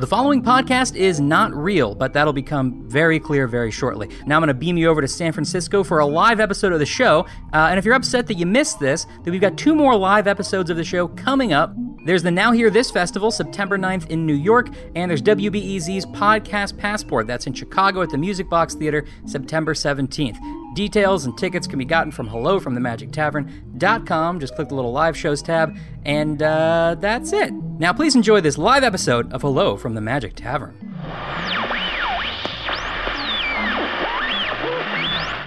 The following podcast is not real, but that'll become very clear very shortly. Now I'm going to beam you over to San Francisco for a live episode of the show. Uh, and if you're upset that you missed this, then we've got two more live episodes of the show coming up. There's the Now Hear This Festival, September 9th in New York, and there's WBEZ's Podcast Passport. That's in Chicago at the Music Box Theater, September 17th. Details and tickets can be gotten from hello from the magic tavern.com. Just click the little live shows tab, and uh, that's it. Now, please enjoy this live episode of Hello from the Magic Tavern.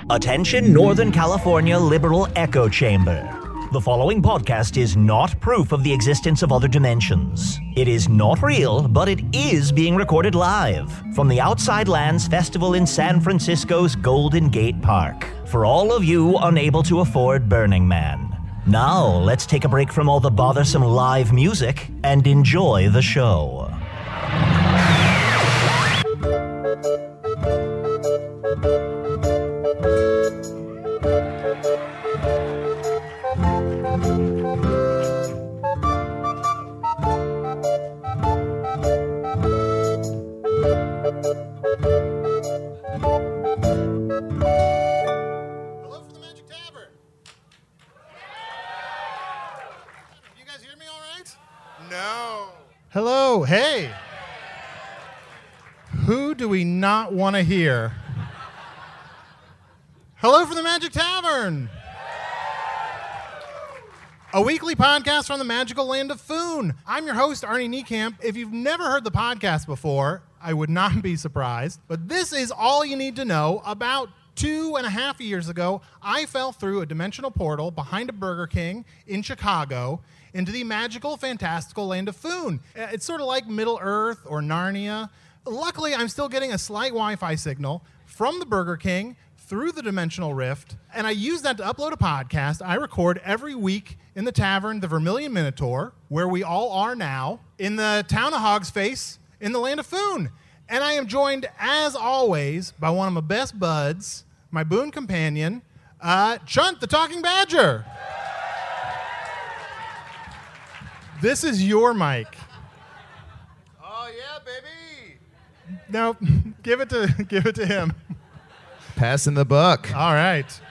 Attention, Northern California Liberal Echo Chamber. The following podcast is not proof of the existence of other dimensions. It is not real, but it is being recorded live from the Outside Lands Festival in San Francisco's Golden Gate Park for all of you unable to afford Burning Man. Now, let's take a break from all the bothersome live music and enjoy the show. Hello from the Magic Tavern. Can you guys hear me all right? No. Hello. Hey. Who do we not want to hear? Hello from the Magic Tavern. A weekly podcast from the magical land of Foon. I'm your host, Arnie Niekamp. If you've never heard the podcast before, I would not be surprised. But this is all you need to know. About two and a half years ago, I fell through a dimensional portal behind a Burger King in Chicago into the magical, fantastical land of Foon. Uh, It's sort of like Middle Earth or Narnia. Luckily, I'm still getting a slight Wi Fi signal from the Burger King through the dimensional rift, and I use that to upload a podcast I record every week in the tavern, the Vermilion Minotaur, where we all are now, in the town of Hog's Face, in the land of Foon. And I am joined, as always, by one of my best buds, my boon companion, uh, Chunt the Talking Badger. This is your mic. Oh yeah, baby. Now, give it to give it to him. Passing the buck. All right.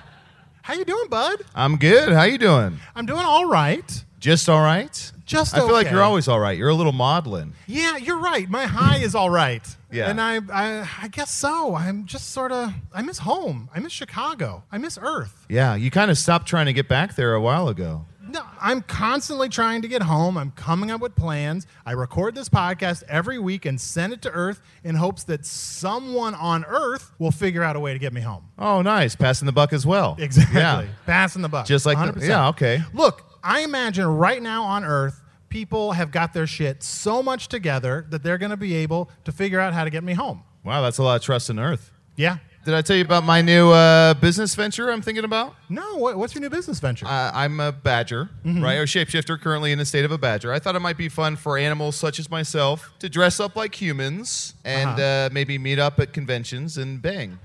How you doing, bud? I'm good. How you doing? I'm doing all right. Just all right. Just I feel like okay. you're always all right. You're a little maudlin. Yeah, you're right. My high is all right. Yeah. And I, I, I guess so. I'm just sort of, I miss home. I miss Chicago. I miss Earth. Yeah, you kind of stopped trying to get back there a while ago. No, I'm constantly trying to get home. I'm coming up with plans. I record this podcast every week and send it to Earth in hopes that someone on Earth will figure out a way to get me home. Oh, nice. Passing the buck as well. Exactly. Yeah. Passing the buck. Just like the- 100%. yeah, okay. Look, I imagine right now on Earth, people have got their shit so much together that they're going to be able to figure out how to get me home. Wow, that's a lot of trust in Earth. Yeah. Did I tell you about my new uh, business venture I'm thinking about? No, what, what's your new business venture? Mm-hmm. Uh, I'm a badger, right? Or shapeshifter, currently in the state of a badger. I thought it might be fun for animals such as myself to dress up like humans and uh Uh-huh. maybe meet up at conventions and bang.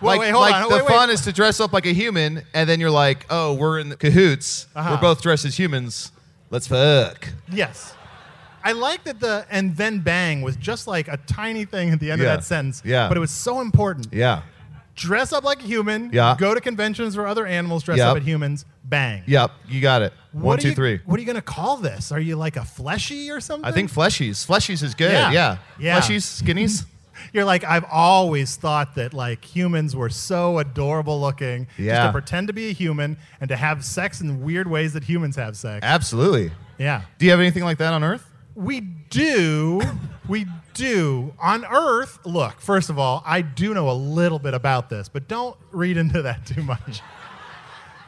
Whoa, like, wait, hold like on. the Wait, wait. fun is to dress up like a human, and then you're like, oh, we're in the cahoots. Uh-huh. We're both dressed as humans. Let's fuck. yes. I like that the and then bang was just like a tiny thing at the end Yeah. of that sentence. Yeah. But it was so important. Yeah. Dress up like a human. Yeah. Go to conventions where other animals dress Yep. up as humans. Bang. Yep. You got it. What One, are two, you- three. What are you going to call this? Are you like a fleshy or something? I think fleshies. Fleshies is good. Yeah. Yeah. Yeah. Fleshies, skinnies. You're like, I've always thought that like humans were so adorable looking. Just to Yeah. pretend to be a human and to have sex in weird ways that humans have sex. Absolutely. Yeah. Do you have anything like that on Earth? We do. We do. On Earth, look, first of all, I do know a little bit about this, but don't read into that too much.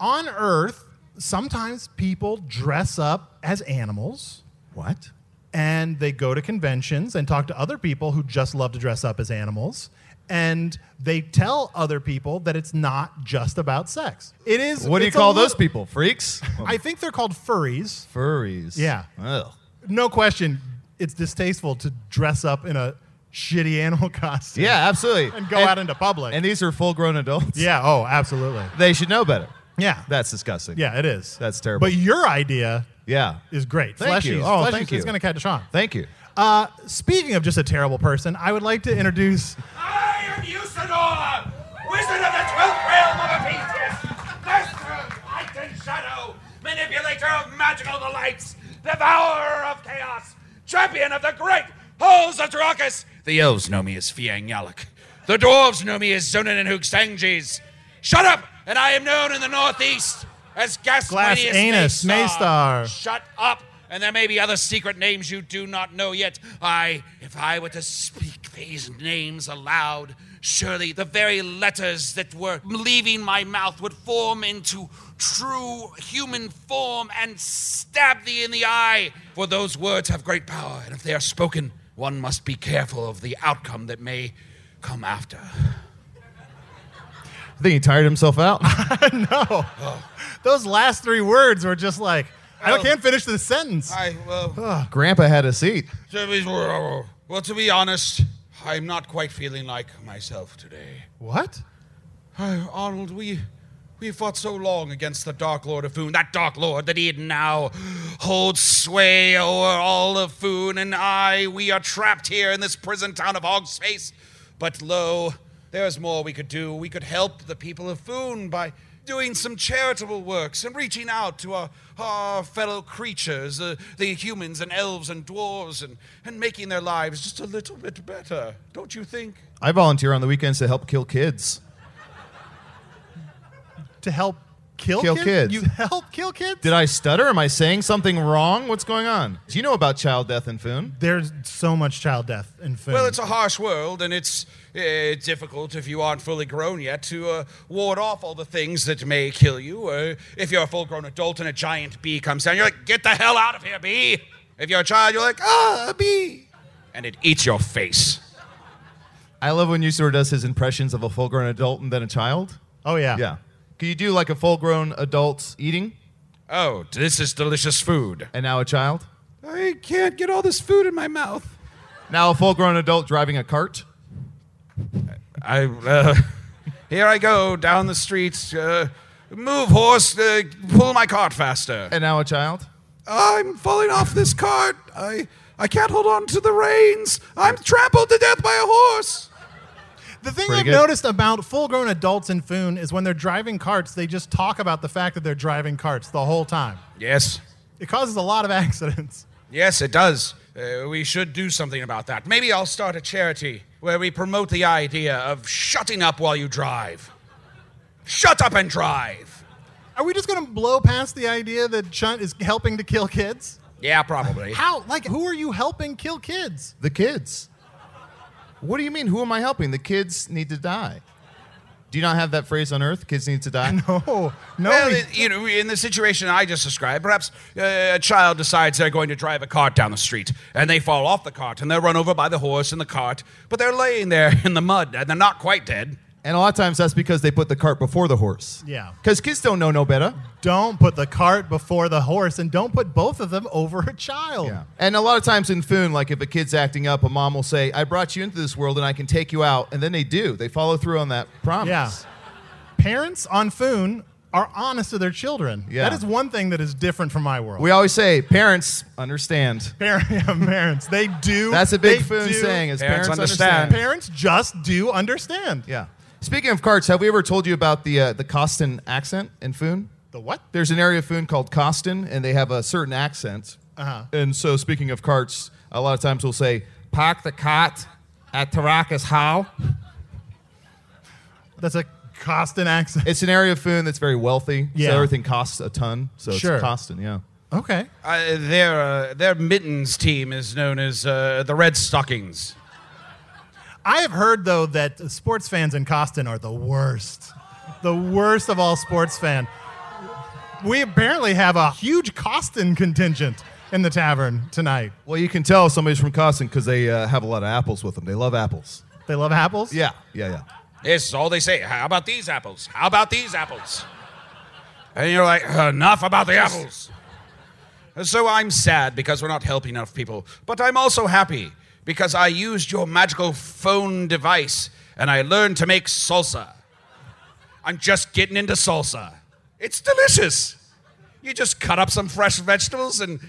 On Earth, sometimes people dress up as animals What? and they go to conventions and talk to other people who just love to dress up as animals. And they tell other people that it's not just about sex. It is. What do you it's a call li- those people? Freaks? I think they're called furries. Furries. Yeah. Ugh. No question, it's distasteful to dress up in a shitty animal costume. Yeah, absolutely. And go out into public. And these are full grown adults. yeah. Oh, absolutely. They should know better. Yeah. That's disgusting. yeah, it is. That's terrible. But your idea Yeah. is great. Thank you. Fleshy's- Oh, Fleshy's thank is you. going to catch on. Thank you. Uh, speaking of just a terrible person, I would like to introduce I am Usador, wizard of the twelfth realm of Ephesius, master of light and shadow, manipulator of magical delights, devourer of chaos, champion of the great halls of Dracus. The elves know me as Fiang Yalak. The dwarves know me as Zonin and Hoogstangis. Shut up, and I am known in the northeast as Gas Glass Anus, Maystar. Shut up! And there may be other secret names you do not know yet. I, if I were to speak these names aloud, surely the very letters that were leaving my mouth would form into true human form and stab thee in the eye. For those words have great power, and if they are spoken, one must be careful of the outcome that may come after. I think he tired himself out. Oh. those last three words were just like, I can't finish this sentence. I, well, Grandpa had a seat. To be, well, to be honest, I'm not quite feeling like myself today. what? Oh, Arnold, we we fought so long against the Dark Lord of Foon, that Dark Lord that even now holds sway over all of Foon, and I, we are trapped here in this prison town of Hog's Face. But lo, there's more we could do. We could help the people of Foon by doing some charitable works and reaching out to our, our fellow creatures, uh, the humans and elves and dwarves, and, and making their lives just a little bit better, don't you think? I volunteer on the weekends to help kill kids. To help kill, Kill kids. You help kill kids? Did I stutter? Am I saying something wrong? What's going on? Do you know about child death in Foon? There's so much child death in food. Well, it's a harsh world, and it's uh, difficult if you aren't fully grown yet to uh, ward off all the things that may kill you. Uh, if you're a full grown adult and a giant bee comes down, you're like, get the hell out of here, bee! If you're a child, you're like, ah, a bee! And it eats your face. I love when Usador does his impressions of a full grown adult and then a child. oh, yeah. Yeah. Can you do like a full grown adult eating Oh, this is delicious food. and now a child? I can't get all this food in my mouth. Now a full grown adult driving a cart? I uh, here I go down the street. Uh, move, horse. Uh, pull my cart faster. And now a child? I'm falling off this cart. I I can't hold on to the reins. I'm trampled to death by a horse. The thing Pretty I've good. noticed about full grown adults in Foon is when they're driving carts, they just talk about the fact that they're driving carts the whole time. Yes. It causes a lot of accidents. Yes, it does. Uh, we should do something about that. Maybe I'll start a charity where we promote the idea of shutting up while you drive. Shut up and drive. Are we just going to blow past the idea that Chunt is helping to kill kids? Yeah, probably. How? Like, who are you helping kill kids? The kids. What do you mean? Who am I helping? The kids need to die. Do you not have that phrase on earth? Kids need to die? Oh, no. Well, we- it- you know, in the situation I just described, perhaps uh, a child decides they're going to drive a cart down the street, and they fall off the cart, and they're run over by the horse and the cart, but they're laying there in the mud, and they're not quite dead. And a lot of times that's because they put the cart before the horse. Yeah. Because kids don't know no better. don't put the cart before the horse and don't put both of them over a child. And a lot of times in Foon, like if a kid's acting up, a mom will say, I brought you into this world and I can take you out. And then they do. They follow through on that promise. Yeah. Parents on Foon are honest to their children. Yeah. That is one thing that is different from my world. We always say, parents understand. Par- yeah, parents, they do. That's a big they Foon do- saying is Parents parents, understand. understand. Parents just do understand. Yeah. Speaking of carts, have we ever told you about the uh, the Costin accent in Foon? The what? There's an area of Foon called Costin, and they have a certain accent. Uh-huh. And so, speaking of carts, a lot of times we'll say, "Park the cart at Tarakas How." That's a Costin accent. It's an area of Foon that's very wealthy, Yeah. so everything costs a ton. So Sure. it's Costin, yeah. Okay. Uh, their uh, their mittens team is known as uh, the Red Stockings. I have heard though that sports fans in Costin are the worst, the worst of all sports fan. We apparently have a huge Costin contingent in the tavern tonight. Well, you can tell Oh, somebody's from Costin because they uh, have a lot of apples with them. They love apples. They love apples. Yeah, yeah, yeah. This is all they say. How about these apples? How about these apples? And you're like, enough about the apples. So I'm sad because we're not helping enough people, but I'm also happy because I used your magical phone device and I learned to make salsa. I'm just getting into salsa. It's delicious. You just cut up some fresh vegetables and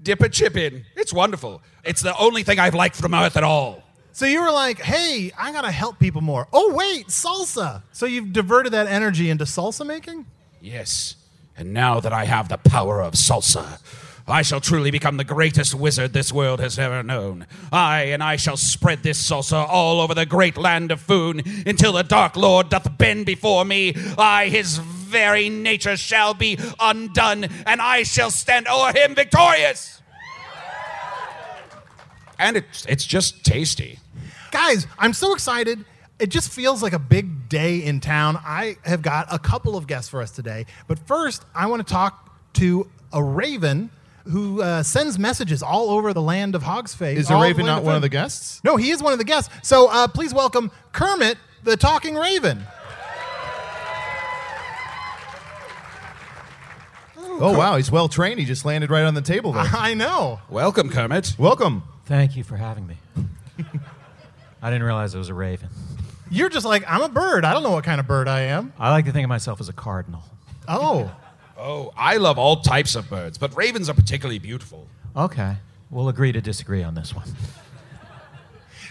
dip a chip in. It's wonderful. It's the only thing I've liked from Earth at all. So you were like, "Hey, I gotta help people more." Oh wait, salsa. So you've diverted that energy into salsa making. Yes, and now that I have the power of salsa, I shall truly become the greatest wizard this world has ever known. I and I shall spread this salsa all over the great land of Foon until the Dark Lord doth bend before me. I, his very nature, shall be undone, and I shall stand o'er him victorious. And it's, it's just tasty. Guys, I'm so excited. It just feels like a big day in town. I have got a couple of guests for us today. But first, I want to talk to a raven who uh, sends messages all over the land of Hogsface. Is a all raven land not one of Fen- the guests? No, he is one of the guests. So uh, please welcome Kermit, the talking raven. Oh wow, he's well trained. He just landed right on the table there. I know. Welcome, Kermit. Welcome. Thank you for having me. I didn't realize it was a raven. You're just like, I'm a bird. I don't know what kind of bird I am. I like to think of myself as a cardinal. Oh. Oh, I love all types of birds, but ravens are particularly beautiful. Okay. We'll agree to disagree on this one.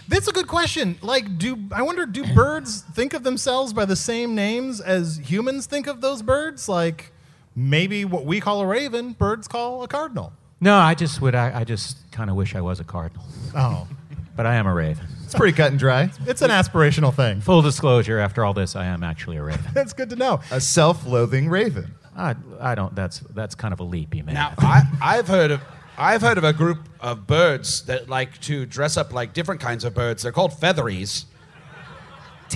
That's a good question. Like, do I wonder? Do birds think of themselves by the same names as humans think of those birds? Like, maybe what we call a raven, birds call a cardinal. No, I just would. I, I just kind of wish I was a cardinal, Oh, but I am a raven. It's pretty cut and dry. it's an aspirational thing. Full disclosure: after all this, I am actually a raven. That's good to know. A self-loathing raven. I, I don't. That's that's kind of a leap you made. Now, I, I've heard of I've heard of a group of birds that like to dress up like different kinds of birds. They're called featheries.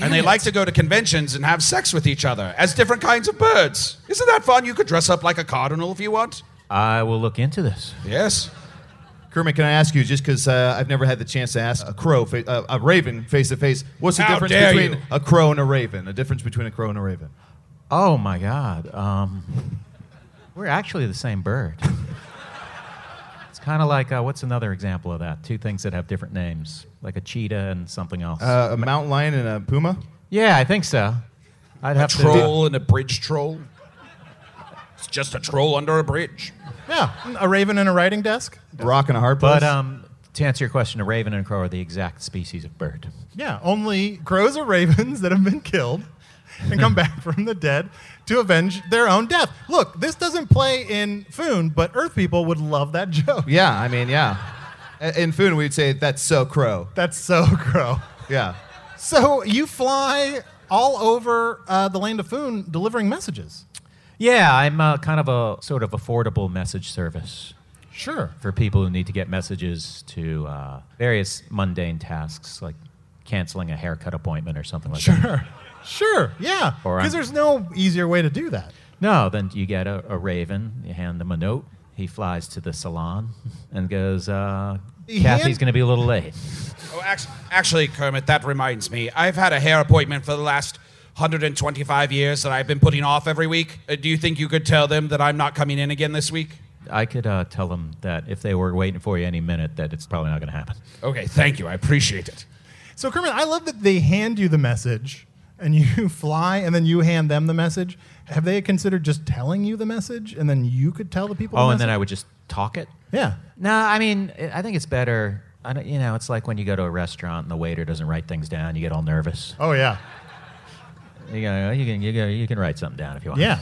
and they like to go to conventions and have sex with each other as different kinds of birds. Isn't that fun? You could dress up like a cardinal if you want. I will look into this. Yes. Kermit, can I ask you, just because uh, I've never had the chance to ask a crow, fa- uh, a raven face to face, what's the How difference dare between you. a crow and a raven? A difference between a crow and a raven. Oh my God. Um, we're actually the same bird. it's kind of like uh, what's another example of that? Two things that have different names, like a cheetah and something else. Uh, a mountain lion and a puma? Yeah, I think so. I'd have Troll and a bridge troll. It's just a troll under a bridge. Yeah, a raven and a writing desk. Rock and a hard place? But um, to answer your question, a raven and a crow are the exact species of bird. Yeah, only crows or ravens that have been killed and come back from the dead to avenge their own death. Look, this doesn't play in Foon, but Earth people would love that joke. yeah, I mean, yeah. A- In Foon, we'd say, that's so crow. That's so crow. Yeah. So you fly all over uh, the land of Foon delivering messages. Yeah, I'm uh, kind of a sort of affordable message service Sure. for people who need to get messages to uh, various mundane tasks like canceling a haircut appointment or something like that. Sure. Sure. Yeah. All right. Because there's no easier way to do that. No, then you get a, a raven, you hand them a note. He flies to the salon and goes, uh, He Kathy's hand- going to be a little late. Oh, actually, actually, Kermit, that reminds me. I've had a hair appointment for the last 125 years that I've been putting off every week. Uh, do you think you could tell them that I'm not coming in again this week? I could uh, tell them that if they were waiting for you any minute, that it's probably not going to happen. Okay, thank you. I appreciate it. So, Kermit, I love that they hand you the message and you fly and then you hand them the message. Have they considered just telling you the message and then you could tell the people? Oh, the and then I message? would just talk it? Yeah. No, I mean, I- I think it's better. I don't, you know, it's like when you go to a restaurant and the waiter doesn't write things down, you get all nervous. "Oh, Oh, yeah. You, go, you, can, you, go, you can write something down if you want. Yeah.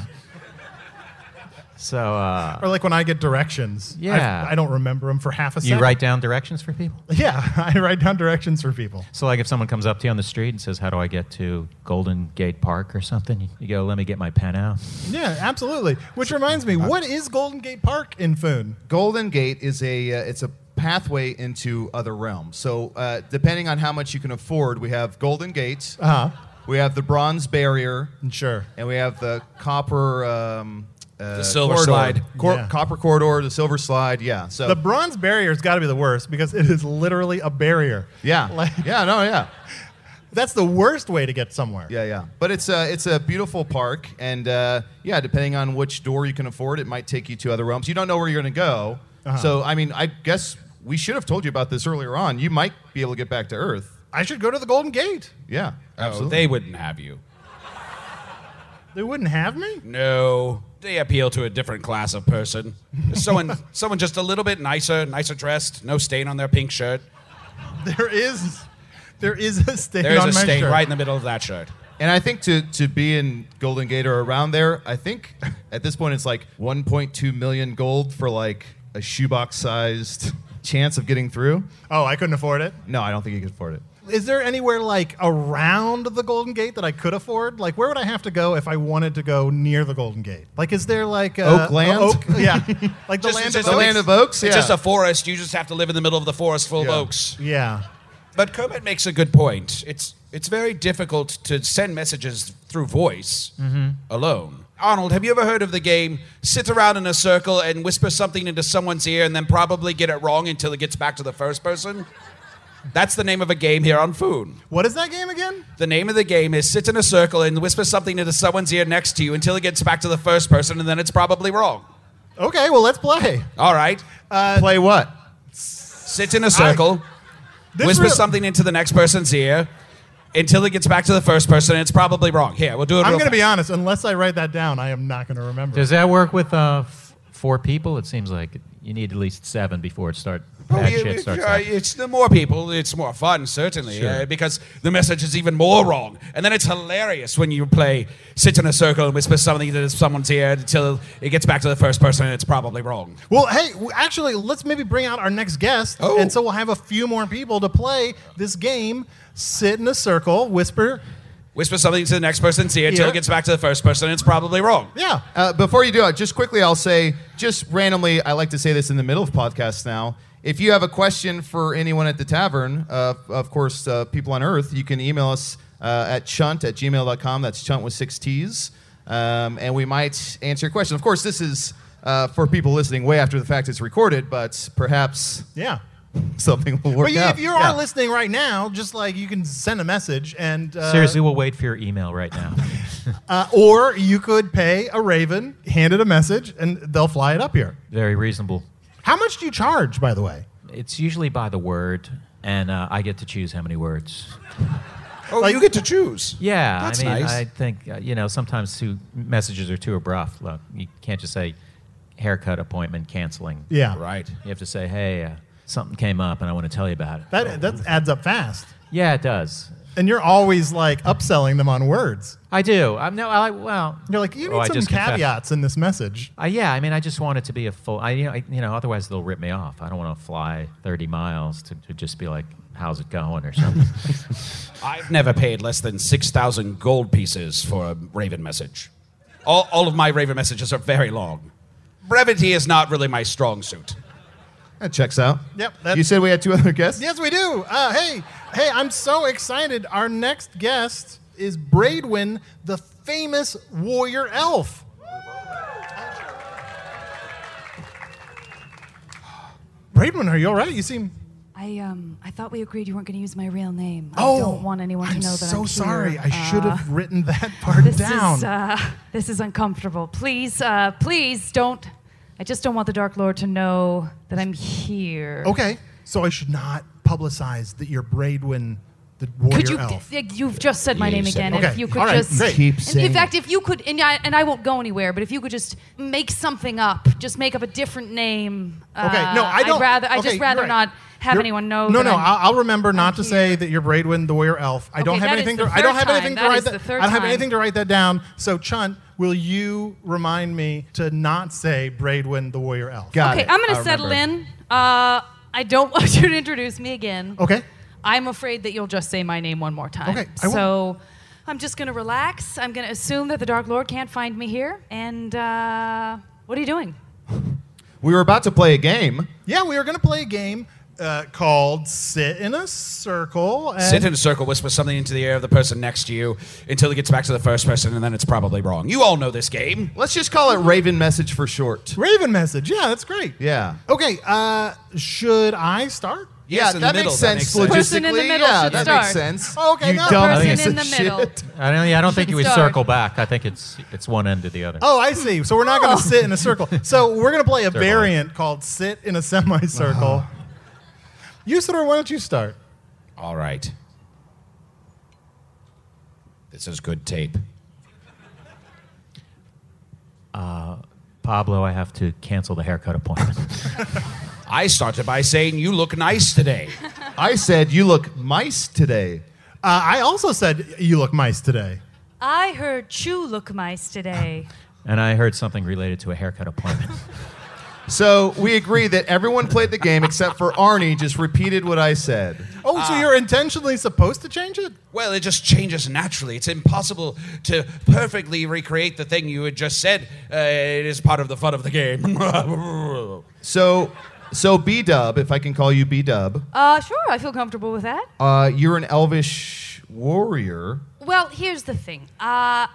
So uh, Or like when I get directions, I- Yeah. I, don't remember them for half a second. you write down directions for people. Yeah, I write down directions for people. So like if someone comes up to you on the street and says, "How do I get to Golden Gate Park or something?" You go, "Let me get my pen out." Yeah, absolutely. Which reminds me, what is Golden Gate Park in Foon? Golden Gate is a uh, it's a pathway into other realms. So uh, depending on how much you can afford, we have Golden Gates, Uh huh. we have the Bronze Barrier, Sure. and we have the Copper. Um, uh, Silver corridor. Slide. Cor- Yeah. Copper corridor, the silver slide, yeah. So The bronze barrier's got to be the worst because it is literally a barrier. yeah, Like, yeah, no, yeah. that's the worst way to get somewhere. Yeah, yeah. But it's a it's a beautiful park, and uh, yeah, depending on which door you can afford, it might take you to other realms. You don't know where you're going to go. Uh-huh. So I mean, I guess we should have told you about this earlier on. You might be able to get back to Earth. I should go to the Golden Gate. Yeah, Oh, absolutely. they wouldn't have you. They wouldn't have me? No, they appeal to a different class of person. Someone, someone just a little bit nicer, nicer dressed, no stain on their pink shirt. There is there is a stain There's on a my stain shirt. right in the middle of that shirt. and I think to to be in Golden Gate or around there, I think at this point it's like 1.2 million gold for like a shoebox sized chance of getting through. Oh, I couldn't afford it. No, I don't think you can afford it. Is there anywhere like around the Golden Gate that I could afford? Like, where would I have to go if I wanted to go near the Golden Gate? Like, is there like a, Oakland? a oak- yeah, like the Just- just- land of The So oaks? land of oaks. Yeah. It's just a forest. You just have to live in the middle of the forest full Yeah. of oaks. Yeah, But Kermit makes a good point. It's it's very difficult to send messages through voice Mm-hmm. alone. Arnold, have you ever heard of the game? Sit around in a circle and whisper something into someone's ear, and then probably get it wrong until it gets back to the first person. That's the name of a game here on Foon. what is that game again? The name of the game is sit in a circle and whisper something into someone's ear next to you until it gets back to the first person, and then it's probably wrong. Okay, well let's play. Uh, All right. play what? Sit in a circle, This whisper real- something into the next person's ear until it gets back to the first person, and it's probably wrong. Here, we'll do it I'm real going to be fast. honest. Unless I write that down, I am not going to remember. Does that work with uh, f- four people? It seems like you need at least seven before it start. Oh, bad yeah, shit yeah, starts. yeah, happening. it's the more people, it's more fun, certainly, Sure. uh, because the message is even more wrong. And then it's hilarious when you play sit in a circle and whisper something into someone's ear until it gets back to the first person, and it's probably wrong. well, hey, w- actually, let's maybe bring out our next guest, Oh. and so we'll have a few more people to play this game. Sit in a circle, whisper. Whisper something to the next person's ear until Yeah. it gets back to the first person, and it's probably wrong. Yeah, Uh, before you do it, just quickly, I'll say, just randomly, I like to say this in the middle of podcasts now. If you have a question for anyone at the tavern, uh, of course, uh, people on Earth, you can email us uh, at chunt at gmail.com. That's chunt with six T's. Um, and we might answer your question. Of course, this is uh, for people listening way after the fact it's recorded, but perhaps yeah. something will work But you, out. if you Yeah. are listening right now, just like you can send a message and uh, Seriously, we'll wait for your email right now. Uh, or you could pay a raven, hand it a message, and they'll fly it up here. Very reasonable. How much do you charge, by the way? It's usually by the word, and uh, I get to choose how many words. Oh, you get to choose. Yeah, That's I mean, nice. I think uh, you know sometimes too, messages are too abrupt. Look, you can't just say haircut appointment canceling. Yeah, Right. You have to say, hey, uh, something came up, and I want to tell you about it. That that adds up fast, yeah, it does. and you're always like upselling them on words. I do. I'm no. I well. You're like, you oh, need I some just confessed. caveats in this message. Uh, yeah, I mean, I just want it to be a full. I you know, I, you know otherwise they'll rip me off. I don't want to fly 30 miles to, to just be like, how's it going or something. I've never paid less than 6,000 gold pieces for a Raven message. All, all of my Raven messages are very long. Brevity is not really my strong suit. That checks out. Yep, that- You said we had two other guests? Yes, we do. Uh, hey, hey, I'm so excited. Our next guest is Braidwin, the famous warrior elf. Braidwin, are you all right? You seem I um I thought we agreed you weren't going to use my real name. I Oh, don't want anyone to I'm know that so I'm sorry. Here. Uh, I should have written that part this down. is uh, this is uncomfortable. Please, uh, please don't. I just don't want the Dark Lord to know that I'm here. okay, so I should not publicize that you're Braidwin, the warrior Could you? elf. th- You've just said my You name said again. it. If Okay, you could all right, just. great. Keep and saying in fact, it. if you could, and I, and I won't go anywhere, but if you could just make something up, just make up a different name. uh, Okay, no, I I'd don't- rather. I okay, just rather you're right. not have You're- anyone know. No, that no. I'm- I'll, I'll remember not to say here. that you're Braidwin the warrior elf. I don't Okay, have that is anything. the to, I don't third have time. anything to That write is the third I don't have time. anything to write that down. So Chun, will you remind me to not say Braidwin the warrior elf? Got okay, it. I'm going I to settle remember. in. Uh, I don't want you to introduce me again. Okay. I'm afraid that you'll just say my name one more time. Okay, I won't. so I'm just going to relax. I'm going to assume that the Dark Lord can't find me here. And uh, what are you doing? We were about to play a game. Yeah, we are going to play a game uh, called Sit in a Circle. And Sit in a circle, whisper something into the ear of the person next to you until it gets back to the first person, and then it's probably wrong. You all know this game. Let's just call it Raven Message for short. Raven message. Yeah, that's great. Yeah. Okay. Uh, should I start? Yeah, in the that, middle, makes that sense makes sense. Person in the logistically. middle yeah, should that start. makes sense. Okay, you no, dumb person piece in of the middle. shit. I don't, yeah, I don't think you would Sorry. circle back. I think it's it's one end to the other. Oh, I see. So we're not going Oh. to sit in a circle. So we're going to play a variant called Sit in a Semicircle. Usador, why don't you start? All right. This is good tape. Uh, Pablo, I have to cancel the haircut appointment. I started by saying, You look nice today. I said you look mice today. Uh, I also said you look mice today. I heard Chew look mice today. and I heard something related to a haircut appointment. So we agree that everyone played the game except for Arnie. Just repeated what I said. Ah. Oh, so you're intentionally supposed to change it? Well, it just changes naturally. It's impossible to perfectly recreate the thing you had just said. Uh, it is part of the fun of the game. So, so B Dub, if I can call you B Dub, uh, sure, I feel comfortable with that. uh, you're an elvish warrior. Well, here's the thing. Uh,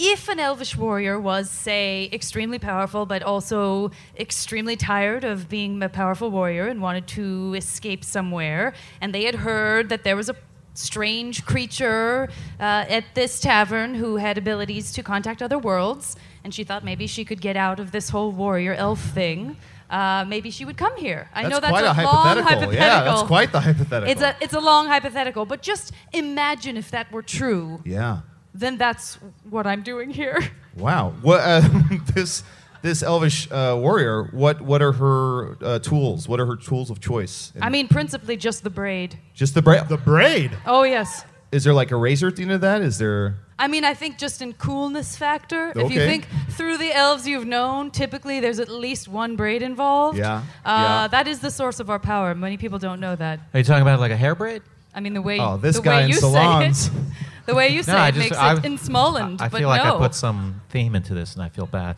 if an elvish warrior was, say, extremely powerful, but also extremely tired of being a powerful warrior and wanted to escape somewhere, and they had heard that there was a strange creature uh, at this tavern who had abilities to contact other worlds, and she thought maybe she could get out of this whole warrior elf thing. Uh, maybe she would come here. I That's know that's quite a, a, long hypothetical. hypothetical. Yeah, that's quite the hypothetical. It's a it's a long hypothetical, but just imagine if that were true. yeah. Then that's what I'm doing here. Wow. What uh, this this elvish uh, warrior? What what are her uh, tools? What are her tools of choice? I mean, principally just the braid. Just the bra- The braid. Oh yes. Is there like a razor at the end of that? Is there? I mean, I think just in coolness factor. If you Okay. think through the elves you've known, typically there's at least one braid involved. Yeah, Uh, yeah. That is the source of our power. Many people don't know that. Are you talking about like a hair braid? I mean, the way Oh, this the guy way in you salons. say it, the way you say it makes I've- it in Smallland. I, I but feel like no. I put some theme into this, and I feel bad.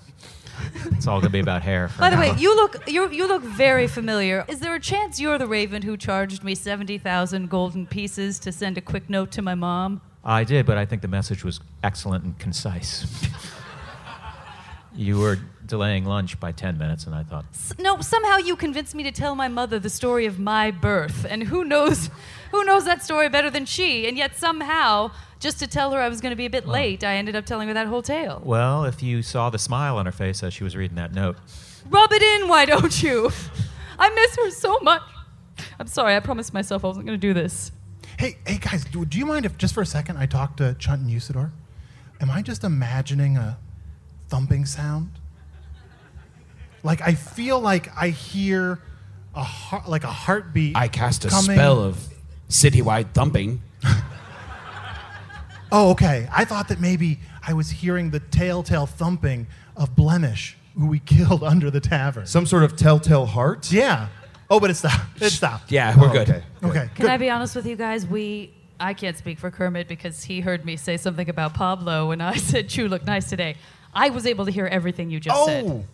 It's all gonna be about hair. for By the now. way, you look you you look very familiar. Is there a chance you're the Raven who charged me seventy thousand golden pieces to send a quick note to my mom? I did, but I think the message was excellent and concise. you were delaying lunch by ten minutes, and I thought S- No, somehow you convinced me to tell my mother the story of my birth, and who knows, who knows that story better than she? And yet somehow, just to tell her I was going to be a bit late, I ended up telling her that whole tale. Well, if you saw the smile on her face as she was reading that note, Rub it in, why don't you? I miss her so much. I'm sorry, I promised myself I wasn't going to do this. Hey, hey guys, do, do you mind if just for a second I talk to Chunt and Usador? Am I just imagining a thumping sound? Like I feel like I hear a heart, like a heartbeat. I cast a coming- spell of citywide thumping. Oh, okay. I thought that maybe I was hearing the telltale thumping of Blemish, who we killed under the tavern. Some sort of telltale heart? yeah. Oh, but it stopped. It stopped. Yeah, we're good. Okay. Oh, Okay. Can I be honest with you guys? We I can't speak for Kermit because he heard me say something about Pablo when I said Chew look nice today. I was able to hear everything you just said. Oh,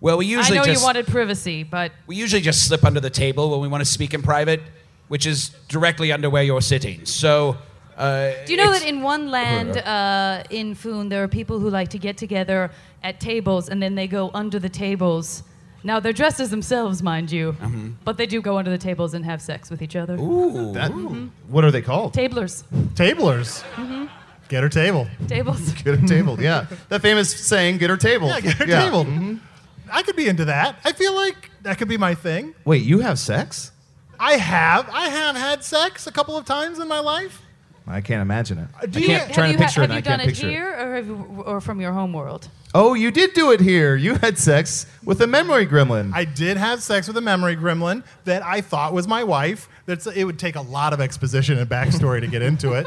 Well, we I usually know just you wanted privacy, but we usually just slip under the table when we want to speak in private, which is directly under where you're sitting. So, uh, do you know it's- that in Oh, one land, uh, in Foon, there are people who like to get together at tables and then they go under the tables. Now they're dressed as themselves, mind you, Mm-hmm. but they do go under the tables and have sex with each other. That- What are they called? Tablers, tablers. Mm-hmm. Get her table. tables. Get her tabled. Yeah. That famous saying, get her tabled. Yeah, get her tabled. I could be into that. I feel like that could be my thing. Wait, you have sex? I have. I have had sex a couple of times in my life. I can't imagine it. Uh, do I you- can't Have trying have to picture you, ha- have it. and you I done can't it picture here or have you, or from your home world? Oh, you did do it here. You had sex with a memory gremlin. I did have sex with a memory gremlin that I thought was my wife. That's it would take a lot of exposition and backstory to get into it.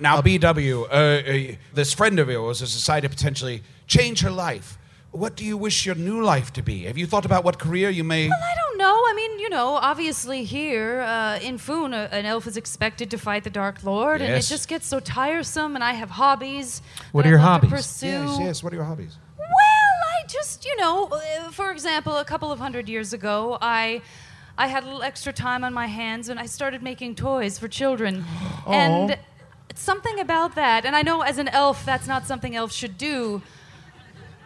Now, BW, uh, uh, this friend of yours has decided to potentially change her life. What do you wish your new life to be? Have you thought about what career you may. I don't know. I mean, you know, obviously here uh, in Foon, uh, an elf is expected to fight the Dark Lord, and it Yes. just gets so tiresome. And I have hobbies. What that are your I'd love hobbies? To pursue. Yes, yes. What are your hobbies? Well, I just, you know, uh, for example, a couple of hundred years ago, I. I had a little extra time on my hands and I started making toys for children. Oh. And something about that, and I know as an elf that's not something elves should do,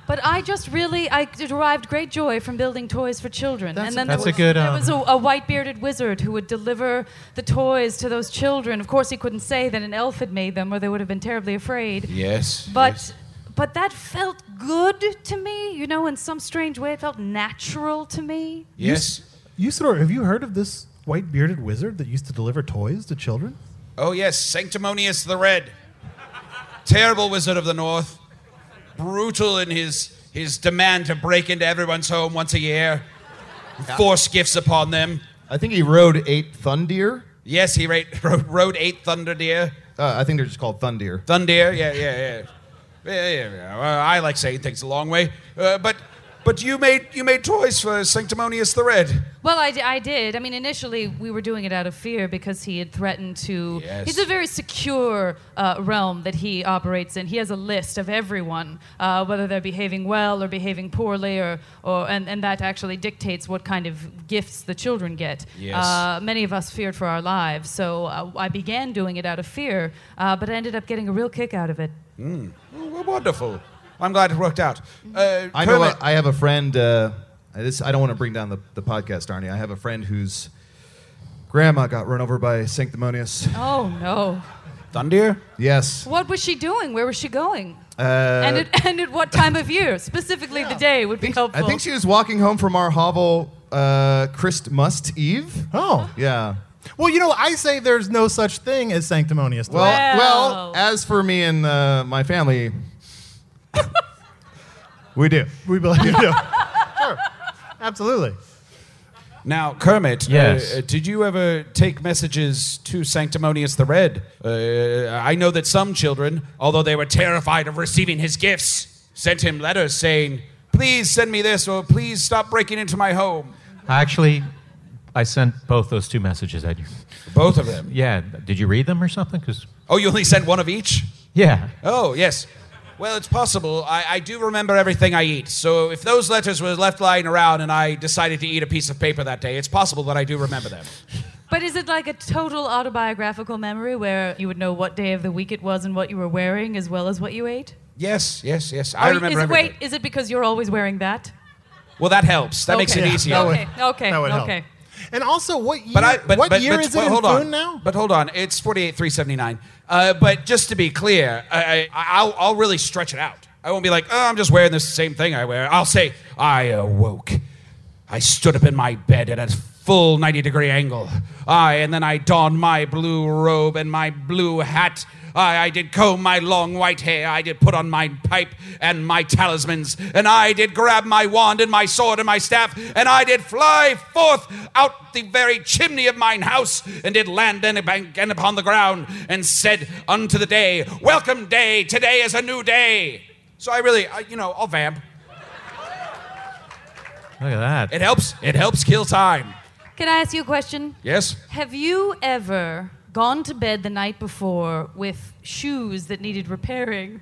but I just really I derived great joy from building toys for children. and then That's a there was, good, there um, was a, a white-bearded wizard who would deliver the toys to those children. Of course, he couldn't say that an elf had made them, or they would have been terribly afraid. Yes. But but that felt good to me, you know, in some strange way. It felt natural to me. Yes. Usador, have you heard of this white bearded wizard that used to deliver toys to children? Oh, yes. Sanctimonious the Red. Terrible wizard of the North. Brutal in his, his demand to break into everyone's home once a year, force gifts upon them. I think he rode eight Thundeer. Yes, he ra- ro- rode eight Thunder Deer. Uh, I think they're just called Thundeer. Thundeer, yeah, yeah, yeah. Yeah, yeah, yeah. Well, I like saying things a long way, uh, but but you made you made toys for Sanctimonious the Red. Well, I, di- I did. I mean, initially we were doing it out of fear because he had threatened to. Yes. He's a very secure uh, realm that he operates in. He has a list of everyone, uh, whether they're behaving well or behaving poorly, or, or and, and that actually dictates what kind of gifts the children get. Yes. Uh, many of us feared for our lives, so uh, I began doing it out of fear, uh, but I ended up getting a real kick out of it. Hmm. Oh, well, wonderful. I'm glad it worked out. Uh, I know. Kermit- I have a friend. Uh, I, this, I don't want to bring down the, the podcast, Arnie. I have a friend whose grandma got run over by sanctimonious. Oh no! Thundeer. Yes. What was she doing? Where was she going? Uh, and, at, and at what time of year? Specifically, the day would be helpful. I think she was walking home from our hovel, uh, Christmas Eve. Oh. Yeah. Well, you know, I say there's no such thing as sanctimonious toys. Well, well, Well. as for me and uh, my family, we do. we believe you. sure. Absolutely. Now, Kermit. uh, Yes. Uh, did you ever take messages to Sanctimonious the Red? Uh, I know that some children, although they were terrified of receiving his gifts, sent him letters saying, "Please send me this," or "Please stop breaking into my home." Actually, I sent both those two messages at you. Both of them. Yeah, did you read them or something? Because Oh, you only sent one of each. yeah, Oh, yes. Well, it's possible. I, I do remember everything I eat. So if those letters were left lying around and I decided to eat a piece of paper that day, it's possible that I do remember them. but is it like a total autobiographical memory where you would know what day of the week it was and what you were wearing as well as what you ate? Yes, yes, yes. I Or remember is, everything. Wait, is it because you're always wearing that? Well, that helps. That makes it Okay. Yeah, easier. that would- Okay, okay, that would help. okay. And also, what year? But I, but, what but, year but, is well, it in hold on. Foon now? But hold on, it's forty-eight three seventy-nine. Uh, but just to be clear, I, I, I'll, I'll really stretch it out. I won't be like, oh, I'm just wearing the same thing I wear. I'll say, I awoke. I stood up in my bed at a full ninety-degree angle. I and then I donned my blue robe and my blue hat. I, I did comb my long white hair. I did put on my pipe and my talismans. And I did grab my wand and my sword and my staff. And I did fly forth out the very chimney of mine house. And did land then again upon the ground. And said unto the day, Welcome, day. Today is a new day. So I really, I, you know, I'll vamp. look at that. It helps. It helps kill time. Can I ask you a question? Yes? Have you ever gone to bed the night before with shoes that needed repairing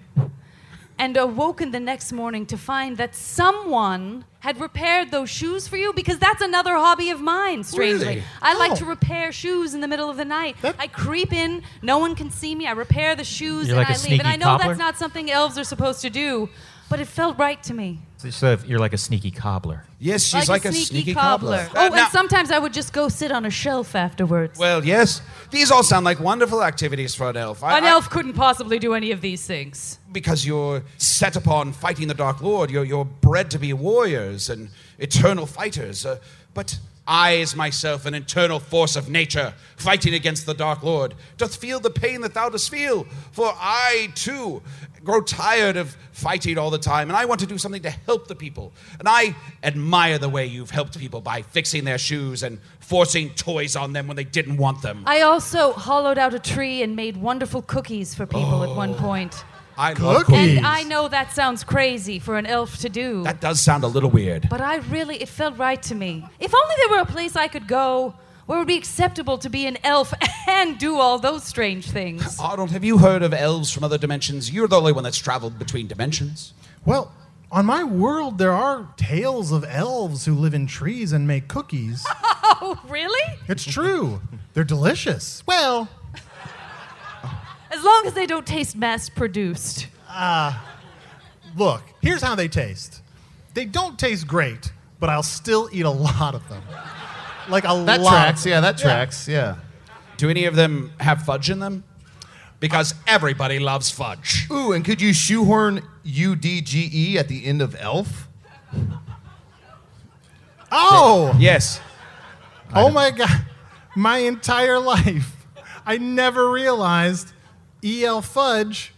and awoken the next morning to find that someone had repaired those shoes for you? Because that's another hobby of mine, strangely. Really? Oh. I like to repair shoes in the middle of the night. I creep in, no one can see me, I repair the shoes You're and like a I leave. And I sneaky know cobbler? that's not something elves are supposed to do, but it felt right to me. So if you're like a sneaky cobbler. Yes, she's like, a, sneaky, cobbler. Oh, Uh, and now- sometimes I would just go sit on a shelf afterwards. Well, yes. These all sound like wonderful activities for an elf. I- An I- elf couldn't possibly do any of these things. because you're set upon fighting the Dark Lord. You're, you're bred to be warriors and eternal fighters. Uh, but I, as myself, an internal force of nature, fighting against the Dark Lord, doth feel the pain that thou dost feel. For I, too, grow tired of fighting all the time, and I want to do something to help the people. And I admire the way you've helped people by fixing their shoes and forcing toys on them when they didn't want them. I also hollowed out a tree and made wonderful cookies for people at one point. I love Cookies. cookies. And I know that sounds crazy for an elf to do. That does sound a little weird. But I really, it felt right to me. If only there were a place I could go where it would be acceptable to be an elf and do all those strange things. Arnold, have you heard of elves from other dimensions? You're the only one that's traveled between dimensions. Well, on my world, there are tales of elves who live in trees and make cookies. Oh, really? it's true. They're delicious. Well, As long as they don't taste mass produced. Ah, look, here's how they taste they don't taste great, but I'll still eat a lot of them. Like a That lot. tracks. Yeah, that tracks. Yeah. Do any of them have fudge in them? Because everybody loves fudge. Ooh, and could you shoehorn U D G E at the end of elf? Oh! Yes. Oh my God. My entire life, I never realized E.L. Fudge,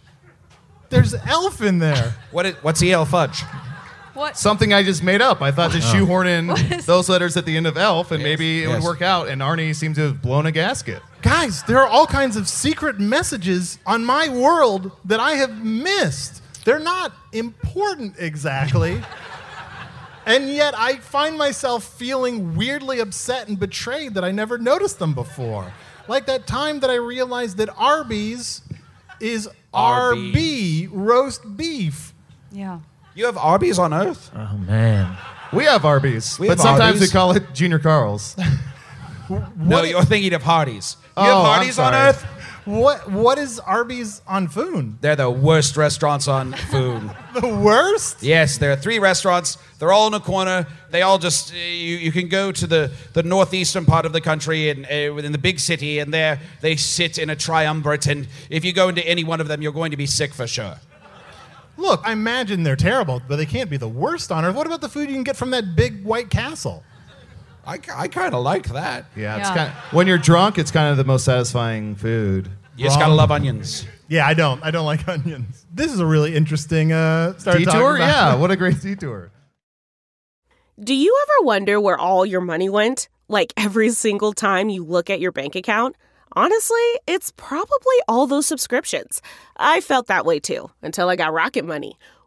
there's elf in there. What is, what's EL fudge? What? Something I just made up. I thought to shoehorn in What? those letters at the end of elf, and maybe it yes. would work out. And Arnie seemed to have blown a gasket. Guys, there are all kinds of secret messages on my world that I have missed. They're not important exactly. and yet I find myself feeling weirdly upset and betrayed that I never noticed them before. Like that time that I realized that Arby's is Arby's. RB roast beef. Yeah. You have Arby's on Earth? Oh, man. We have Arby's, We but have sometimes Arby's. we call it Junior Carl's. no, you're thinking of Hardee's. You Oh, have I'm Hardee's on sorry. Earth? What what is Arby's on Foon? They're the worst restaurants on food. The worst? Yes, there are three restaurants. They're all in a corner. They all just uh, you, you can go to the, the northeastern part of the country and uh, within the big city, and there they sit in a triumvirate. And if you go into any one of them, you're going to be sick for sure. Look, I imagine they're terrible, but they can't be the worst on earth. What about the food you can get from that big white castle? I, I kind of like that. Yeah, it's Yeah. kind of when you're drunk, it's kind of the most satisfying food. You just gotta love onions. Yeah, I don't. I don't like onions. This is a really interesting uh, start to talk Detour, about- yeah, what a great detour. Do you ever wonder where all your money went? Like every single time you look at your bank account? Honestly, it's probably all those subscriptions. I felt that way too until I got Rocket Money.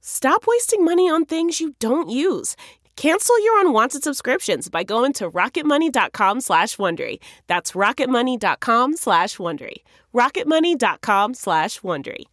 Stop wasting money on things you don't use. Cancel your unwanted subscriptions by going to rocketmoney.com slash Wondery. That's rocketmoney.com slash Wondery. rocketmoney.com slash Wondery.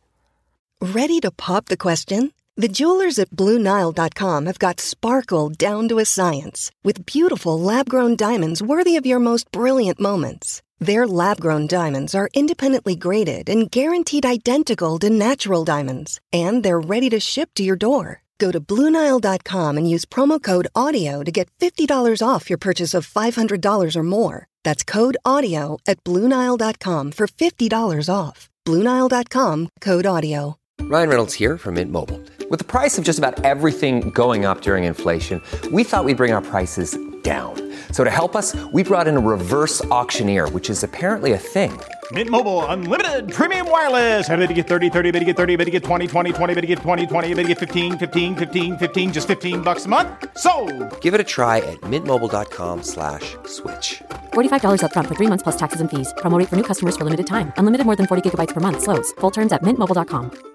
Ready to pop the question? The jewelers at BlueNile.com have got sparkle down to a science with beautiful lab grown diamonds worthy of your most brilliant moments. Their lab grown diamonds are independently graded and guaranteed identical to natural diamonds, and they're ready to ship to your door. Go to BlueNile.com and use promo code AUDIO to get $50 off your purchase of $500 or more. That's code AUDIO at BlueNile.com for $50 off. BlueNile.com code AUDIO. Ryan Reynolds here from Mint Mobile. With the price of just about everything going up during inflation, we thought we'd bring our prices down. So to help us, we brought in a reverse auctioneer, which is apparently a thing. Mint Mobile unlimited premium wireless. Ready to get 30, 30, bet you get 30, bet you get 20, 20, 20, bet you get 20, 20, bet you get 15, 15, 15, 15 just 15 bucks a month. So, Give it a try at mintmobile.com slash switch. $45 up front for three months plus taxes and fees. Promo rate for new customers for limited time. Unlimited more than 40 gigabytes per month. Slows. Full terms at mintmobile.com.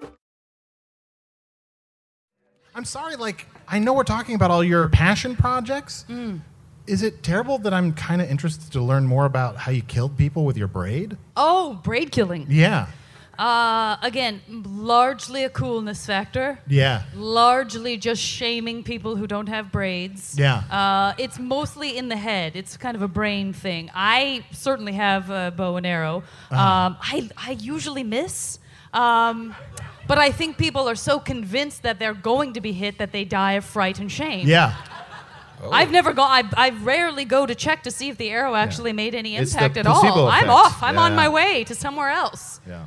I'm sorry. Like, I know we're talking about all your passion projects. Is it terrible that I'm kind of interested to learn more about how you killed people with your braid? Oh, braid killing. Yeah. Uh, again, largely a coolness factor. Yeah. Largely just shaming people who don't have braids. Yeah. Uh, it's mostly in the head. It's kind of a brain thing. I certainly have a bow and arrow. Uh-huh. Um, I, I usually miss. Um, but I think people are so convinced that they're going to be hit that they die of fright and shame. Yeah. Oh. I've never gone. I, I rarely go to check to see if the arrow actually made any It's the impact at placebo all. I'm effect. off. I'm on Yeah. my way to somewhere else. Yeah.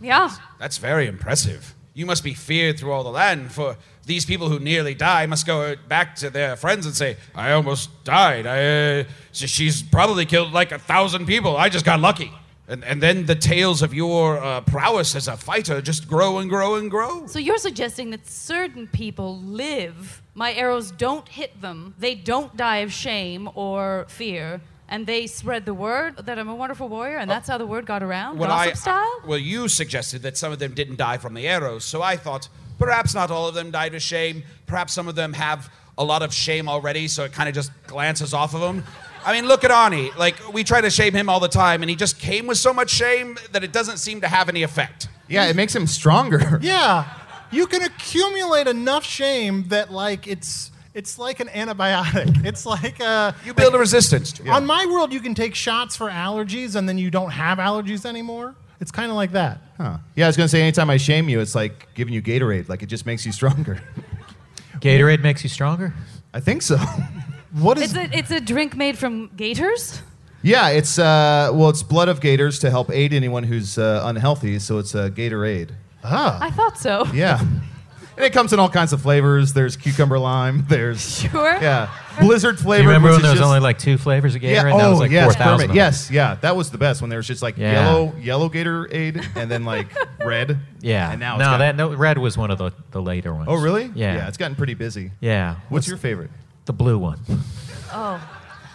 Yeah. That's very impressive. You must be feared through all the land, for these people who nearly die must go back to their friends and say, I almost died. I, uh, sh- she's probably killed like a thousand people. I just got lucky. And, and then the tales of your uh, prowess as a fighter just grow and grow and grow. So you're suggesting that certain people live. My arrows don't hit them. They don't die of shame or fear. And they spread the word that I'm a wonderful warrior, and that's how the word got around. Well, Gossip I- style? Well, you suggested that some of them didn't die from the arrows, so I thought perhaps not all of them died of shame. Perhaps some of them have a lot of shame already, so it kind of just glances off of them. I mean, look at Ani. Like, we try to shame him all the time, and he just came with so much shame that it doesn't seem to have any effect. Yeah, it makes him stronger. Yeah. You can accumulate enough shame that like it's it's like an antibiotic. It's like uh You build a resistance to it. On my world you can take shots for allergies and then you don't have allergies anymore. It's kind of like that. Huh. Yeah, I was gonna say anytime I shame you, it's like giving you Gatorade. Like it just makes you stronger. Gatorade makes you stronger. I think so. What It's a, it's a drink made from gators? Yeah, it's uh, well, it's blood of gators to help aid anyone who's uh, unhealthy. So it's uh, Gatorade. Ah. I thought so. Yeah. And it comes in all kinds of flavors. There's cucumber lime. There's Sure. Yeah, blizzard Do flavor. you remember which when is there was just- only like two flavors of Gatorade? Yeah. That Oh, was like yes, 4,000 permit. of them. Yes, yeah. That was the best when there was just like Yeah. yellow, yellow Gatorade, and then like red. Yeah. And now it's no, got- that no, red was one of the, the later ones. Oh, really? Yeah. Yeah, it's gotten pretty busy. Yeah. What's your favorite? The blue one. Oh.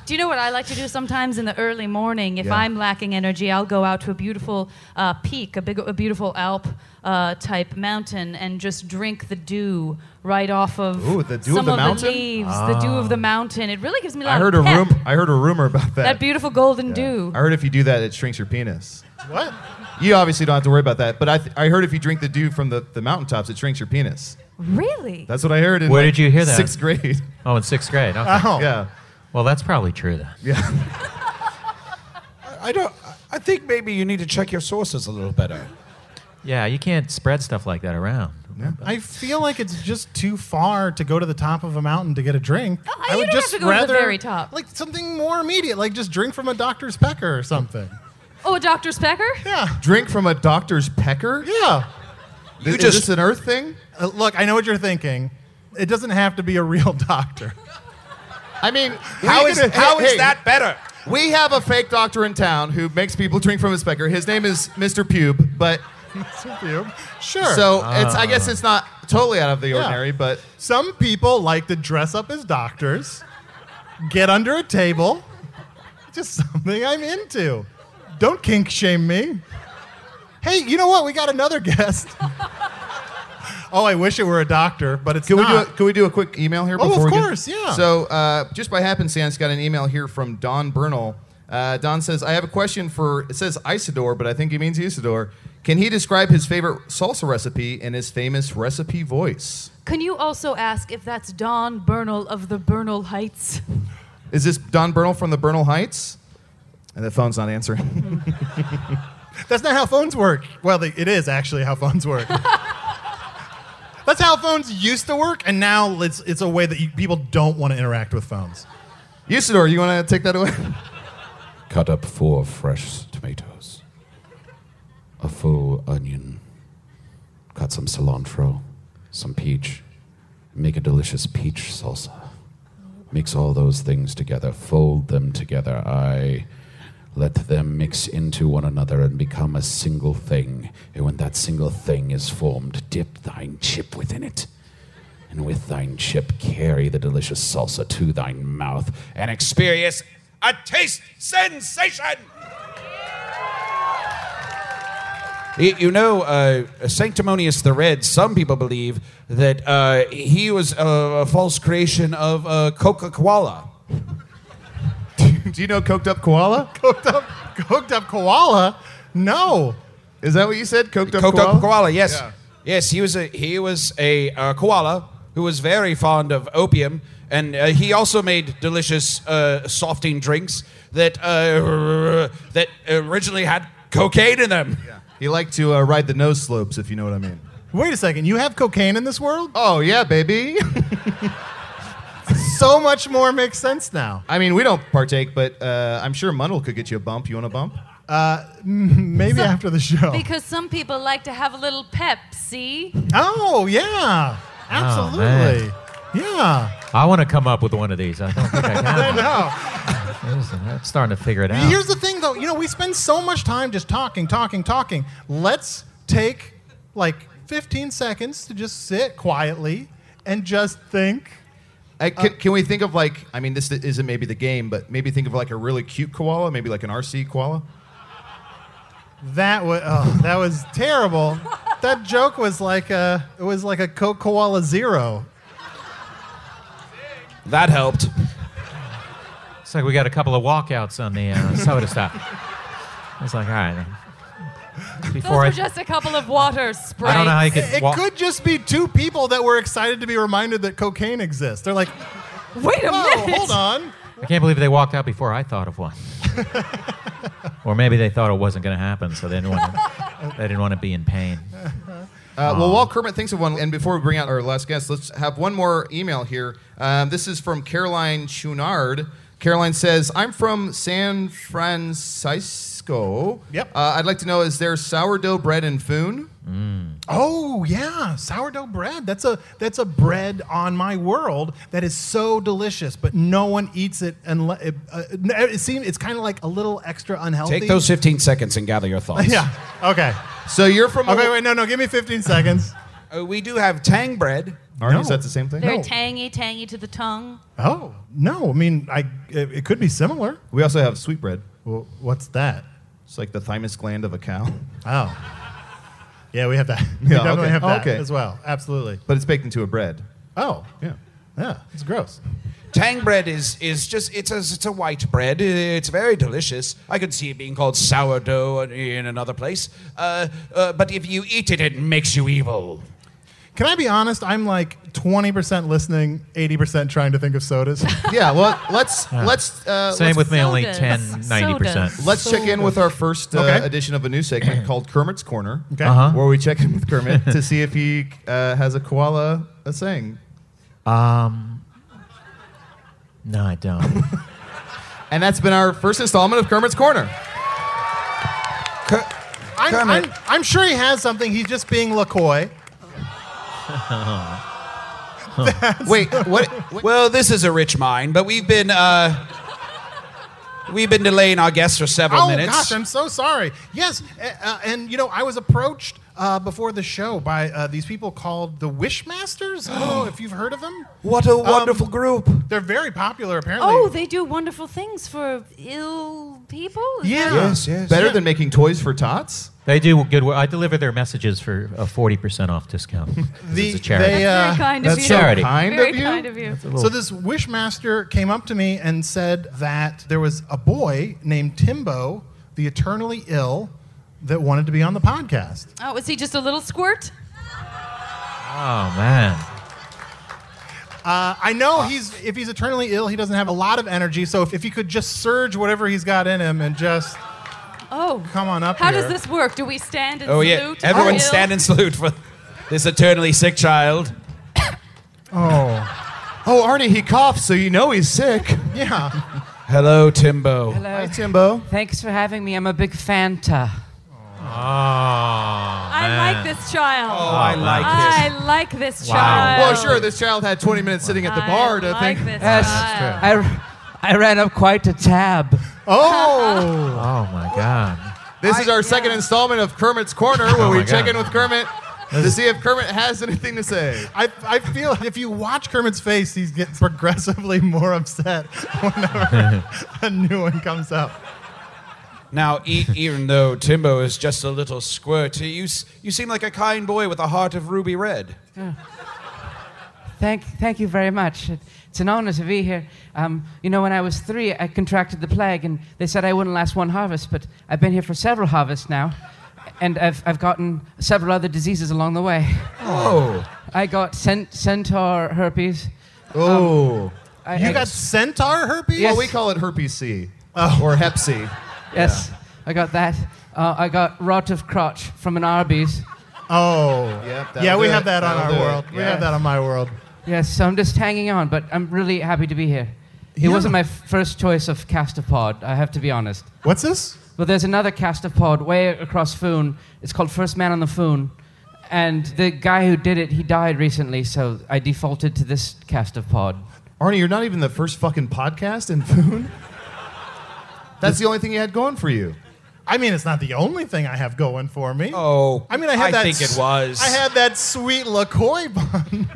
Do you know what I like to do sometimes in the early morning? If Yeah. I'm lacking energy, I'll go out to a beautiful uh, peak, a big, a beautiful Alp uh, type mountain, and just drink the dew right off of Ooh, the dew of some the of mountain? Ah. the leaves, the dew of the mountain. It really gives me a lot I heard a of pep. room. I heard a rumor about that. That beautiful golden dew. I heard if you do that, it shrinks your penis. What? You obviously don't have to worry about that. But I, th- I heard if you drink the dew from the, the mountaintops, it shrinks your penis. Really? That's what I heard. In Where like, did you hear that? Sixth grade. Oh, in sixth grade. Okay. Oh. Yeah. Well, that's probably true then. Yeah. I don't. I think maybe you need to check your sources a little better. Yeah, you can't spread stuff like that around. I feel like it's just too far to go to the top of a mountain to get a drink. I Oh, you would don't have just to go to rather the very top. like something more immediate, like just drink from a doctor's pecker or something. Oh, a Dr. Specker? Yeah. Drink from a doctor's pecker? Yeah. Uh, You Is just- this an Earth thing? look, I know what you're thinking. It doesn't have to be a real doctor. I mean, How is- how is that better? We have a fake doctor in town who makes people drink from his pecker. His name is Mr. Pube, but Sure. So it's Ah. I guess it's not totally out of the Yeah. ordinary, but Some people like to dress up as doctors, get under a table. Just something I'm into. Don't kink shame me. Hey, you know what? We got another guest. oh, I wish it were a doctor, but it's Can we, do a, not. can we do a quick email here? Oh, before of we get- course, yeah. So, uh, just by happenstance, got an email here from Don Bernal. Uh, Don says, I have a question for, it says Isidore, but I think he means Isidore. Can he describe his favorite salsa recipe in his famous recipe voice? Can you also ask if that's Don Bernal of the Bernal Heights? Is this Don Bernal from the Bernal Heights? And the phone's not answering. That's not how phones work. Well, they, it is actually how phones work. That's how phones used to work, and now it's, it's a way that you, people don't want to interact with phones. Isidore, you want to take that away? Cut up four fresh tomatoes, a full onion, cut some cilantro, some peach, make a delicious peach salsa. Mix all those things together, fold them together. I let them mix into one another and become a single thing. And when that single thing is formed, dip thine chip within it. And with thine chip, carry the delicious salsa to thine mouth and experience A taste sensation! Y- You know, uh, Sanctimonious the Red, some people believe that uh, he was a, a false creation of uh, Coca Cola. Do you know coked up koala? Coked up, coked up koala? No. Is that what you said? Coked up Coked koala? up koala. Yes, Yeah. yes. He was a he was a uh, koala who was very fond of opium, and uh, he also made delicious uh, softing drinks that uh, that originally had cocaine in them. He liked to uh, ride the nose slopes, if you know what I mean. Wait a second, you have cocaine in this world? Oh, yeah, baby. so much more makes sense now. I mean, we don't partake, but uh, I'm sure Mundle could get you a bump. You want a bump? Uh, maybe So- after the show. Because some people like to have a little pep, see? oh, yeah. Absolutely. yeah. Oh, I want to come up with one of these. I don't think I I can. know. Listen, I'm starting to figure it out. Here's the thing, though. You know, we spend so much time just talking, talking, talking. Let's take like 15 seconds to just sit quietly and just think. I, can, can we think of like, I mean, this isn't maybe the game, but maybe think of like a really cute koala, maybe like an RC koala? That was oh, that was terrible. That joke was like a it was like a Coke Koala Zero. That helped. It's like we got a couple of walkouts on the uh, soda stop. I was like, all right. Those Before were I, just a couple of water sprites. I don't know how you could. It walk- could just be two people that were excited to be reminded that cocaine exists. They're like, Wait a "Whoa, minute." hold on. I can't believe they walked out before I thought of one. or maybe they thought it wasn't going to happen, so they didn't want to, they didn't want to be in pain. Uh, well, while Kermit thinks of one, and before we bring out our last guest, let's have one more email here. Um, this is from Caroline Chunard. Caroline says, I'm from San Francisco. Yep. Uh, I'd like to know is there sourdough bread in Foon? Mm. Oh yeah, sourdough bread. That's a that's a bread on my world that is so delicious, but no one eats it unless it, uh, it seems it's kind of like a little extra unhealthy. Take those 15 seconds and gather your thoughts. Yeah. Okay. So you're from. Oh, Okay. Wait. No. No. Give me 15 seconds. Uh, we do have tang bread. Arnie, is that the same thing? They're tangy, tangy to the tongue. Oh no. I mean, I it, it could be similar. We also have sweet bread. Well, what's that? It's like the thymus gland of a cow, Oh. Yeah, we have that. We Yeah, definitely okay. have Oh, that okay. as well. Absolutely. but it's baked into a bread. Oh. Yeah. Yeah. It's gross. Tang bread is is just it's a it's a white bread. It's very delicious. I could see it being called sourdough in another place. Uh, uh, but if you eat it, it makes you evil. Can I be honest? I'm like 20% listening, 80% trying to think of sodas. Yeah. Well, let's let's uh, Same let's, with me, only Sodas. 10, 90%. Sodas. let's check in with our first uh, Okay. edition of a new segment called Kermit's Corner, Okay. Uh-huh. where we check in with Kermit to see if he uh, has a koala a saying. Um, no, I don't. And that's been our first installment of Kermit's Corner. I'm, Kermit. I'm, I'm sure he has something. He's just being LaCoy. Wait, what? what- Well, this is a rich mind, but we've been uh, we've been delaying our guests for several Oh, minutes. gosh, I'm so sorry. Yes. Uh, uh, and, you know, I was approached uh, before the show by uh, these people called the Wishmasters. oh, if you've heard of Um, them. what a wonderful group! They're very popular, apparently. Oh, they do wonderful things for ill people? Is that- yeah. Yes, yes. better than making toys for tots? They do good work. I deliver their messages for a 40% off discount. 'cause it's The- a charity. they, uh, Very kind of That's you. charity. Kind Very of you? kind of you. So this wishmaster came up to me and said that there was a boy named Timbo, the eternally ill, that wanted to be on the podcast. Oh, is he just a little squirt? oh, man. Uh, I know he's if he's eternally ill, he doesn't have a lot of energy. So if, if he could just surge whatever he's got in him and just Oh. come on up How here. does this work? Do we stand and Oh salute? yeah, everyone Ill? stand and salute for this eternally sick child. Oh Oh, Arnie, he coughs, so you know he's sick. yeah. Hello, Timbo. Hi, Timbo. Thanks for having me. I'm a big Fanta. Oh, I I like this child. Oh, I like this. I like this child. Well, sure, this child had 20 minutes sitting at the bar to Oh. I like think. this Yes, child. I, I ran up quite a tab. Oh Oh, my God. This is our second installment of Kermit's Corner, where Oh we my check God. in with Kermit to see if Kermit has anything to say. I, I feel if you watch Kermit's face, he gets progressively more upset whenever a new one comes up. Now, e- even though Timbo is just a little squirt, you s- you seem like a kind boy with a heart of ruby red. Thank, thank you very much. It- It's an honor to be here. Um, you know, when I was three, I contracted the plague, and they said I wouldn't last one harvest, but I've been here for several harvests now. and I've, I've gotten several other diseases along the way. Oh. I got cent- centaur herpes. Um, Oh. You got centaur herpes? Well, we call it herpes C or Hep C. Oh. Yes, I got that. Uh, I got rot of crotch from an Arby's. Oh. Yep, Yeah, we have that on our world. We have that on my world. Yes, so I'm just hanging on, but I'm really happy to be here. It wasn't my f- first choice of Castapod, I have to be honest. What's this? Well, there's another Castapod way across Foon. It's called First Man on the Foon. And the guy who did it, he died recently, so I defaulted to this Castapod. Arnie, you're not even the first fucking podcast in Foon. That's the only thing you had going for you. I mean, it's not the only thing I have going for me. Oh, I mean, I had I that. think it was. I had that sweet LaCroix bun.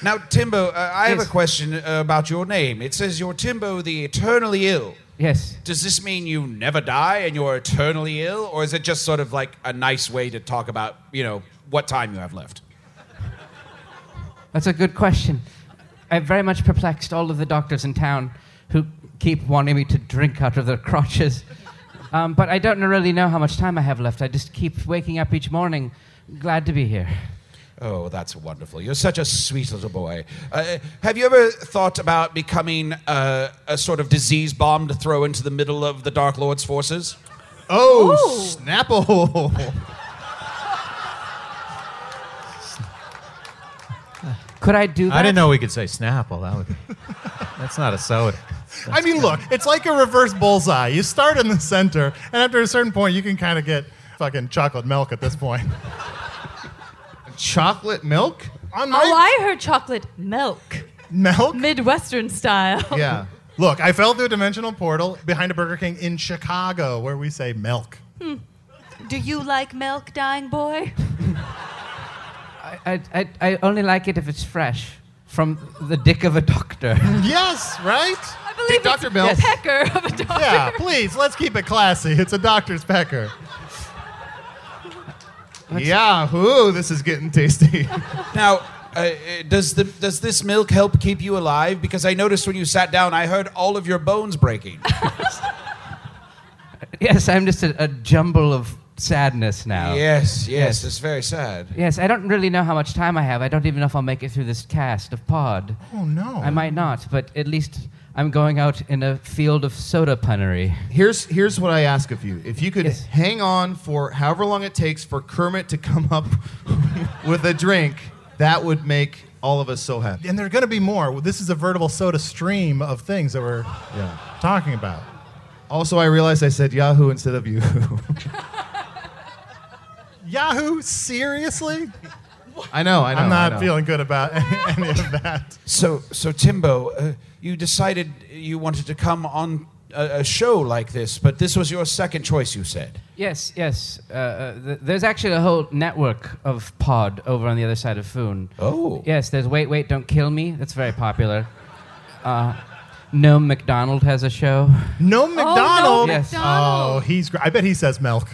Now, Timbo, uh, I have a question uh, about your name. It says you're Timbo the Eternally Ill. Yes. Does this mean you never die and you're eternally ill, or is it just sort of like a nice way to talk about, you know, what time you have left? That's a good question. I've very much perplexed all of the doctors in town who keep wanting me to drink out of their crotches. Um, but I don't really know how much time I have left. I just keep waking up each morning glad to be here. Oh, that's wonderful. You're such a sweet little boy. Uh, have you ever thought about becoming uh, a sort of disease bomb to throw into the middle of the Dark Lord's forces? Oh, Snapple. Could I do that? I didn't know we could say Snapple. That would. that's not a soda. I mean, look, it's like a reverse bullseye. You start in the center, and after a certain point, you can kind of get fucking chocolate milk at this point. Chocolate milk? On Oh, I heard chocolate milk. Milk? Midwestern style. Yeah. Look, I fell through a dimensional portal behind a Burger King in Chicago where we say milk. Hmm. Do you like milk, dying boy? I, I, I only like it if it's fresh from the dick of a doctor. Yes, right? I believe Dr. it's Milk. a pecker of a doctor. Yeah, please, let's keep it classy. It's a doctor's pecker. Yahoo, this is getting tasty. Now, uh, uh, does the does this milk help keep you alive? Because I noticed when you sat down, I heard all of your bones breaking. Yes, I'm just a, a jumble of sadness now. yes, yes, it's very sad. Yes, I don't really know how much time I have. I don't even know if I'll make it through this cast of pod. Oh, no. I might not, but at least I'm going out in a field of soda punnery. Here's here's what I ask of you. If you could Yes. hang on for however long it takes for Kermit to come up with a drink, that would make all of us so happy. And there are going to be more. This is a vertical soda stream of things that we're talking about. Also, I realized I said Yahoo instead of you. Yahoo, seriously? I know, I know. I'm I know. not feeling good about any of that. So, so Timbo, uh, you decided you wanted to come on a, a show like this, but this was your second choice. You said. Yes, yes. Uh, uh, th- there's actually a whole network of pod over on the other side of Foon. Oh. Yes, there's Wait, Wait, Don't Kill Me. That's very popular. Uh, Noam McDonald has a show. Oh, No McDonald. Yes. Oh, he's. Gr- I bet he says milk.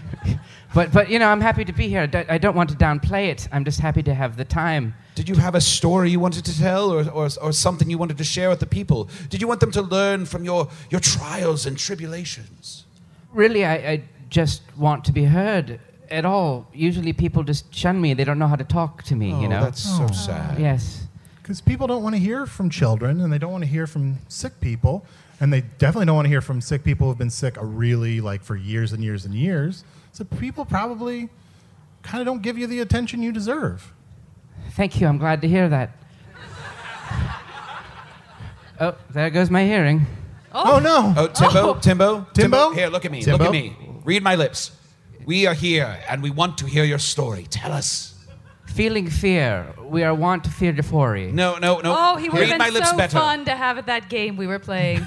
but, but, you know, I'm happy to be here. I don't, I don't want to downplay it. I'm just happy to have the time. Did you have a story you wanted to tell or, or, or something you wanted to share with the people? Did you want them to learn from your, your trials and tribulations? Really, I, I just want to be heard at all. Usually people just shun me. They don't know how to talk to me, you know? Oh, That's so Oh. sad. Yes. Because people don't want to hear from children, and they don't want to hear from sick people, and they definitely don't want to hear from sick people who've been sick a really like for years and years and years. So people probably kind of don't give you the attention you deserve. Thank you. I'm glad to hear that. oh, there goes my hearing. Oh, no! Oh, Timbo, Timbo, Timbo? Here, look at me. Timbo? Look at me. Read my lips. We are here and we want to hear your story. Tell us. Feeling fear. We are want to fear euphoria. No, no, no. Oh, he would Read have my been lips so better. fun to have at that game we were playing.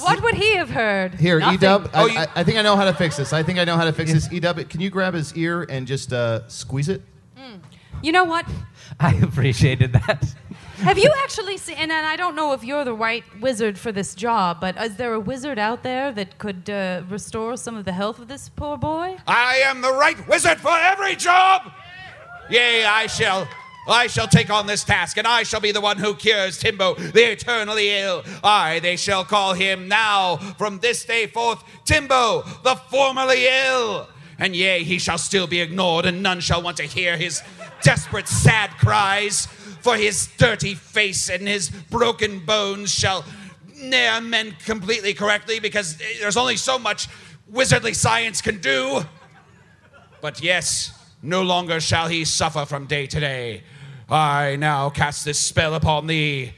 what would he have heard? Here, Nothing. Edub, I, Oh, you- I, I think I know how to fix this. I think I know how to fix this. Edub, can you grab his ear and just uh, squeeze it? Hmm. You know what? I appreciated that. Have you actually seen? And, and I don't know if you're the right wizard for this job, but is there a wizard out there that could uh, restore some of the health of this poor boy? I am the right wizard for every job. Yea, I shall I shall take on this task, and I shall be the one who cures Timbo, the eternally ill. I, they shall call him now, from this day forth, Timbo, the formerly ill. And yea, he shall still be ignored, and none shall want to hear his desperate, sad cries, for his dirty face and his broken bones shall ne'er mend completely correctly, because there's only so much wizardly science can do. But yes, no longer shall he suffer from day to day. I now cast this spell upon thee.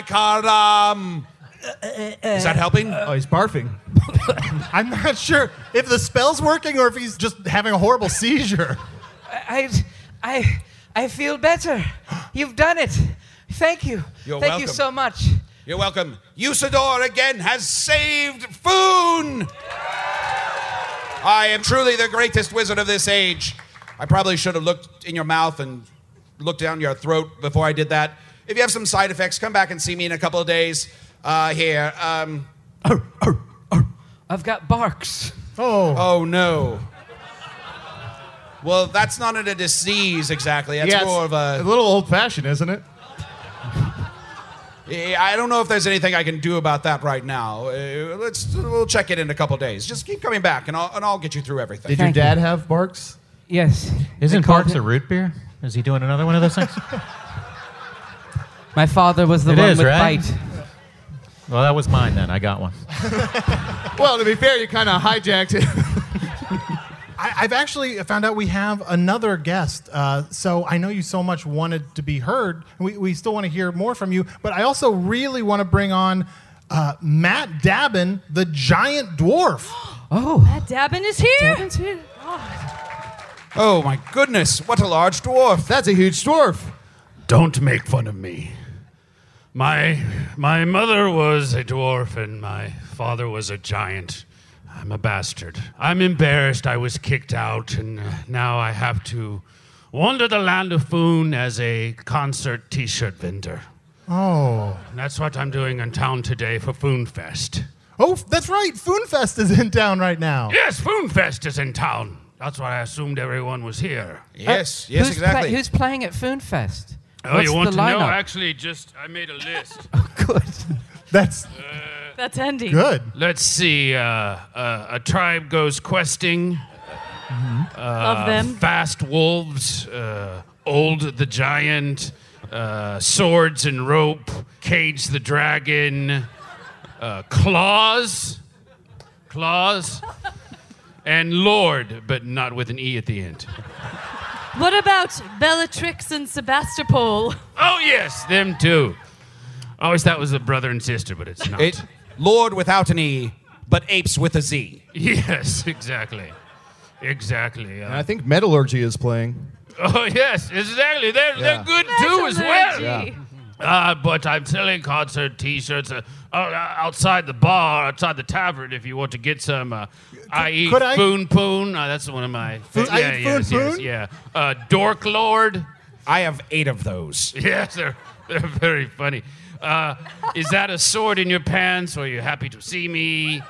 Scarambafrangalathantingyafwakaram. Is that helping? Uh, Oh, he's barfing. I'm not sure if the spell's working or if he's just having a horrible seizure. I, I, I feel better. You've done it. Thank you. You're Thank you welcome. so much. You're welcome. Usador again has saved Foon! I am truly the greatest wizard of this age. I probably should have looked in your mouth and looked down your throat before I did that. If you have some side effects, come back and see me in a couple of days. Uh, here, um. I've got barks. Oh. Oh, no. Well, that's not a disease exactly. That's Yeah, it's more of a. a little old fashioned, isn't it? Eh, I don't know if there's anything I can do about that right now. Eh, Let's we'll check it in a couple days. Just keep coming back, and I'll and I'll get you through everything. Did your dad have barks? Yes. Isn't They called Parks it- a root beer? Is he doing another one of those things? My father was the It one is, with right? bite. well, that was mine then. I got one. Well, to be fair, you kind of hijacked it. I, I've actually found out we have another guest. Uh, so I know you so much wanted to be heard. We, we still want to hear more from you, but I also really want to bring on uh, Matt Dabin, the giant dwarf. Oh, Matt Dabin is here. Dabin's here. Oh my goodness! What a large dwarf! That's a huge dwarf. Don't make fun of me. My my mother was a dwarf and my father was a giant. I'm a bastard. I'm embarrassed. I was kicked out, and uh, now I have to wander the land of Foon as a concert T-shirt vendor. Oh. And that's what I'm doing in town today for Foon Fest. Oh, that's right. Foonfest is in town right now. Yes, Foon Fest is in town. That's why I assumed everyone was here. Yes, yes, Uh, who's pla- exactly. who's playing at Foonfest? Oh, What's you want the to know? lineup? Actually, just I made a list. Good. That's That's Andy. good. Let's see. Uh, uh, a tribe goes questing. Love them. Fast wolves. Uh, old the giant. Uh, swords and rope. Cage the dragon. Uh, claws. Claws. And Lord, but not with an E at the end. What about Bellatrix and Sebastopol? Oh, yes, them too. I always thought it was a brother and sister, but it's not. It Lord without an E, but apes with a Z. Yes, exactly. Exactly. And I Uh, think metallurgy is playing. oh, yes, exactly. They're, Yeah. they're good too as well. Metallurgy. Uh, but I'm selling concert T-shirts uh, uh, outside the bar, outside the tavern. If you want to get some, uh, I eat could I- Foon Poon. Uh, that's one of my. Foon- I eat yes, Foon yes, Poon? yeah. Uh, Dork Lord. I have eight of those. Yes, they're they're very funny. Uh, is that a sword in your pants? Or are you happy to see me?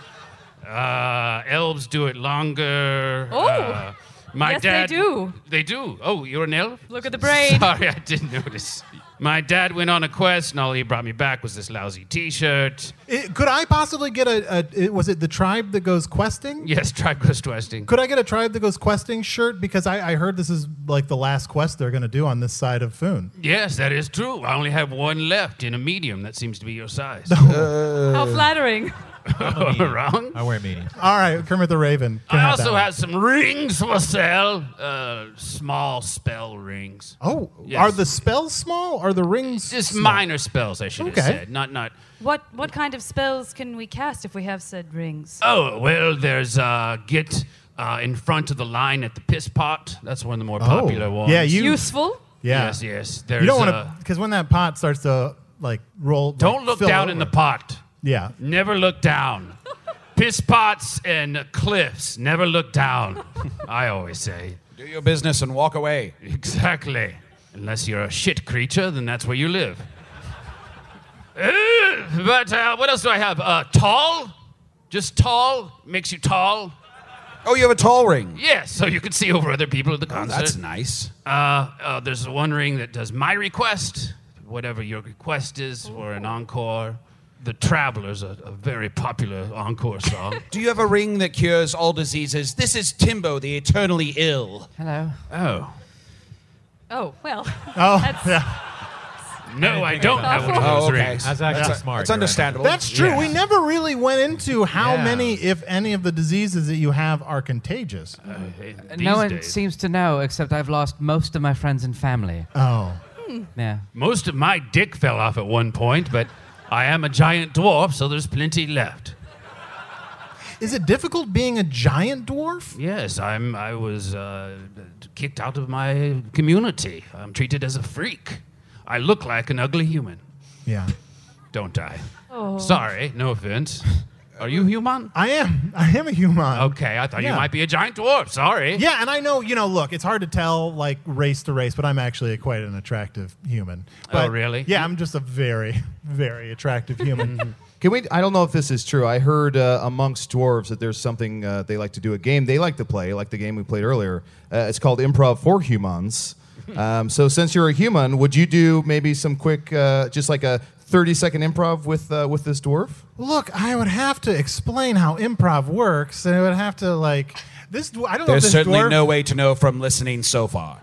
Uh, elves do it longer. Oh. Uh, my Yes, they dad, do. They do. Oh, you're an elf. Look at the braid. Sorry, I didn't notice. My dad went on a quest, and all he brought me back was this lousy T-shirt. It- could I possibly get a, a it- was it the tribe that goes questing? Yes, tribe quest questing. Could I get a tribe that goes questing shirt? Because I, I heard this is like the last quest they're going to do on this side of Foon. Yes, that is true. I only have one left in a medium. That seems to be your size. How flattering. Wrong. I wear medium. All right, Kermit the Raven. can I have that also one. have some rings for sale. Uh, small spell rings. Oh, Yes. are the spells small? Are the rings Just small? minor spells, I should Okay. have said. Not not. What what kind of spells can we cast if we have said rings? Oh well, there's uh, get uh, in front of the line at the piss pot. That's one of the more Oh. popular ones. Yeah, you. Useful. yeah. Yes, yes. There's, You don't want uh, to because when that pot starts to like roll. like, Don't look fill down in over- the pot. Yeah. Never look down. Piss pots and cliffs. Never look down. I always say. Do your business and walk away. Exactly. Unless you're a shit creature, then that's where you live. Uh, but uh, what else do I have? Uh, tall? Just tall? Makes you tall? Oh, you have a tall ring. Yeah, so you can see over other people at Oh, the Oh, concert. that's nice. Uh, uh, there's one ring that does my request, whatever your request is, or an encore. The Traveler's a, a very popular encore song. Do you have a ring that cures all diseases? This is Timbo, the eternally ill. Hello. Oh. Oh, well. Oh, that's, No, I don't have one of Oh, those okay. rings. That's actually That's- smart, that's you're right. understandable. That's true. Yeah. We never really went into how Yeah. many, if any, of the diseases that you have are contagious. Uh, Uh, no one seems to know except I've lost most of my friends and family. Oh. Yeah. Most of my dick fell off at one point, but I am a giant dwarf, so there's plenty left. Is it difficult being a giant dwarf? Yes, I'm. I was uh, kicked out of my community. I'm treated as a freak. I look like an ugly human. Yeah. Don't I? Oh. Sorry, no offense. Are you human? I am. I am a human. Okay, I thought Yeah. you might be a giant dwarf. Sorry. Yeah, and I know, you know, look, it's hard to tell like race to race, but I'm actually quite an attractive human. Oh, But, really? Mm-hmm. Yeah, I'm just a very, very attractive human. Can we? I don't know if this is true. I heard uh, amongst dwarves that there's something uh, they like to do. A game they like to play, like the game we played earlier. Uh, it's called Improv for Humans. Um, so, since you're a human, would you do maybe some quick, uh, just like a 30 second improv with uh, with this dwarf? Look, I would have to explain how improv works, and I would have to like this. dw- I don't know. There's if this certainly dwarf, no way to know from listening so far.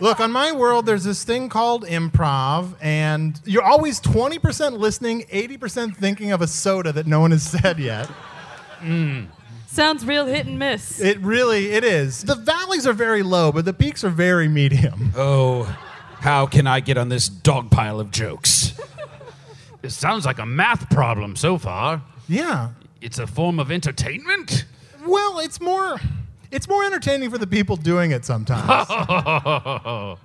Look, on my world, there's this thing called improv, and you're always 20% listening, 80% thinking of a soda that no one has said yet. Mm. sounds real hit and miss. It really, it is. The valleys are very low, but the peaks are very medium. Oh, how can I get on this dog pile of jokes? It sounds like a math problem so far. Yeah. It's a form of entertainment. Well, it's more, it's more entertaining for the people doing it sometimes. well,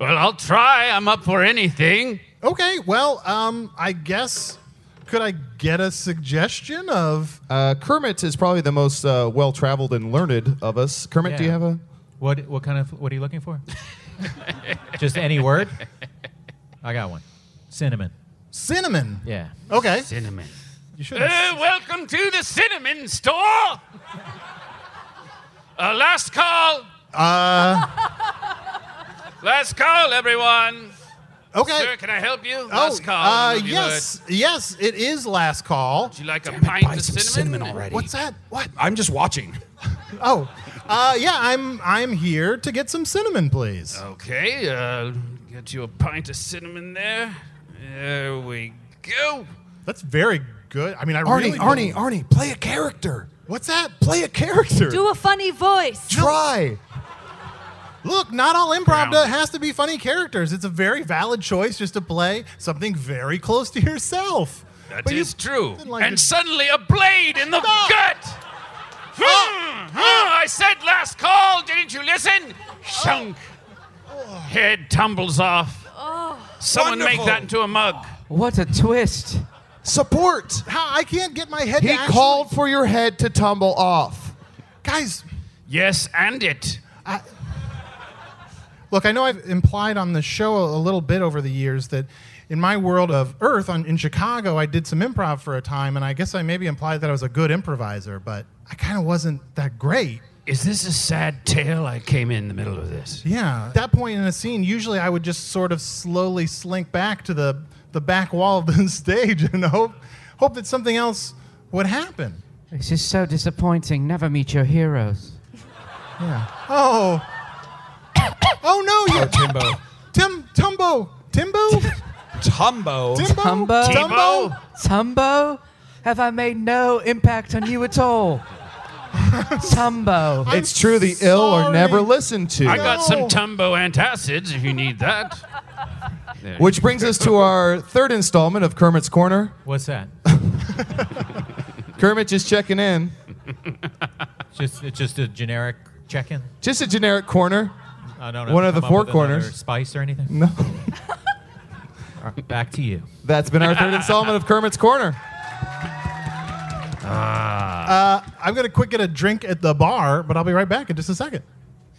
I'll try. I'm up for anything. okay, well, um, I guess could I get a suggestion of? Uh, Kermit is probably the most uh, well traveled and learned of us. Kermit, do you Yeah. have a? What what kind of what are you looking for? Just any word? I got one. Cinnamon. Cinnamon. Yeah. Okay. Cinnamon. You should. Uh, welcome to the cinnamon store. Uh, last call. Uh, Last call, everyone. Okay. Sir, can I help you? last call. Uh, Would you yes, yes, it is last call. Would you like a pint of some cinnamon? cinnamon already. What's that? What? I'm just watching. Oh, uh, yeah, I'm I'm here to get some cinnamon, please. Oh. Okay, uh, get you a pint of cinnamon there. There we go. That's very good. I mean, I Arnie, really Arnie, Arnie, play a character. What's that? Play a character. Do a funny voice. Try. Look, not all improv does, has to be funny characters. It's a very valid choice just to play something very close to yourself. That is But you true. didn't like and it. suddenly a blade in the Stop. gut. Hmm, hmm, I said last call. Didn't you listen? Shunk. Head tumbles off. Oh. Someone make that into a mug. What a twist. Support. How I can't get my head. He to actually- called for your head to tumble off. guys. Yes, and it. Look, I know I've implied on the show a little bit over the years that in my world of Earth on, in Chicago, I did some improv for a time, and I guess I maybe implied that I was a good improviser, but I kind of wasn't that great. Is this a sad tale? I came in the middle of this. Yeah. At that point in a scene, usually I would just sort of slowly slink back to the, the back wall of the stage and hope, hope that something else would happen. This is so disappointing. Never meet your heroes. Yeah. Oh. oh no, you Timbo. Tim Tumbo. Timbo? Tumbo. Timbo? Tumbo? Tumbo? Tumbo? Have I made no impact on you at all? Tumbo. It's true. The ill are never listened to. I got some Tumbo antacids if you need that. There. Which brings us to our third installment of Kermit's Corner. What's that? Kermit just checking in. just it's just a generic check-in. Just a generic corner. I don't know. One if of you the come four up with another corners. Spice or anything? No. All right, Back to you. That's been our third installment of Kermit's Corner. Ah. Uh, I'm going to quick get a drink at the bar, but I'll be right back in just a second.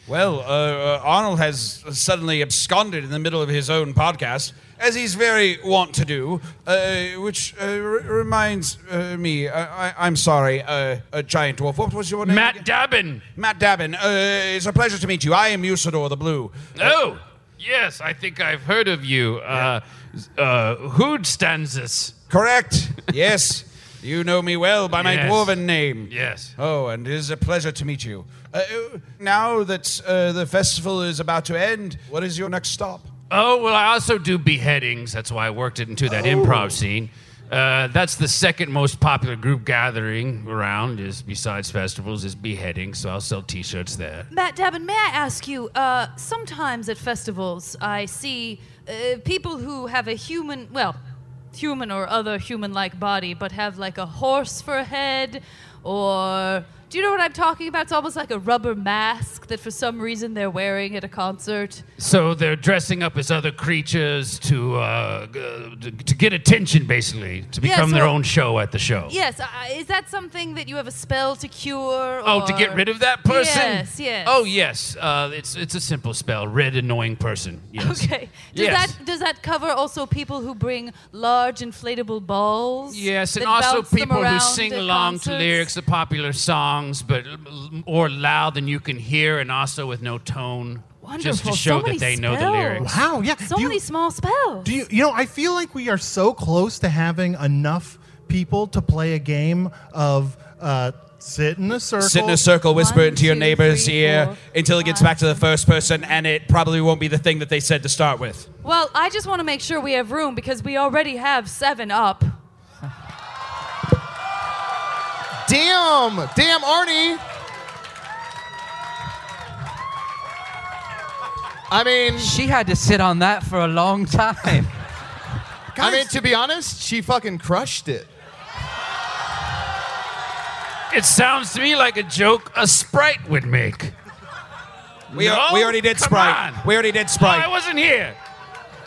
Well, uh, uh, Arnold has suddenly absconded in the middle of his own podcast, as he's very wont to do, uh, which uh, r- reminds uh, me, I- I- I'm sorry, uh, a giant dwarf. What was your name? Matt Dabin. Matt Dabin. Uh, it's a pleasure to meet you. I am Usador the Blue. Oh, yes, I think I've heard of you. Uh, uh, Hood Stanzas. Correct. Yes. You know me well by my Yes. dwarven name. Yes. Oh, and it is a pleasure to meet you. Uh, uh, now that uh, the festival is about to end, what is your next stop? Oh, well, I also do beheadings. That's why I worked it into that Oh. improv scene. Uh, that's the second most popular group gathering around, is besides festivals, is beheadings. So I'll sell T-shirts there. Matt Dabin, may I ask you? Uh, sometimes at festivals, I see uh, people who have a human, well, human or other human-like body, but have like a horse for a head, or do you know what I'm talking about? It's almost like a rubber mask that, for some reason, they're wearing at a concert. So they're dressing up as other creatures to uh, g- uh, to to get attention, basically, to Yeah, become their so- own show at the show. Yes, I is that something that you have a spell to cure? Oh, to or- get rid of that person? Yes, yes. Oh, yes. Uh, it's it's a simple spell. Rid annoying person. Yes. Okay. Does Yes. that does that cover also people who bring large inflatable balls? Yes, and that also bounce them people who around sing at along to concerts? lyrics of popular songs, but or loud than you can hear, and also with no tone, just to Wonderful. So show many that they know the spells. lyrics. Wow, yeah. Oh. So many small spells. Do you you know, I feel like we are so close to having enough people to play a game of uh, sit in a circle. Sit in a circle, whisper into your neighbor's ear until it gets back to the first person, and it probably won't be the thing that they said to start with. Well, I just want to make sure we have room because we already have seven up. Damn! Damn, Arnie! I mean, she had to sit on that for a long time. I mean, to be honest, she fucking crushed it. It sounds to me like a joke a sprite would make. We, No? we already did Come Sprite. on. We already did Sprite. No, I wasn't here.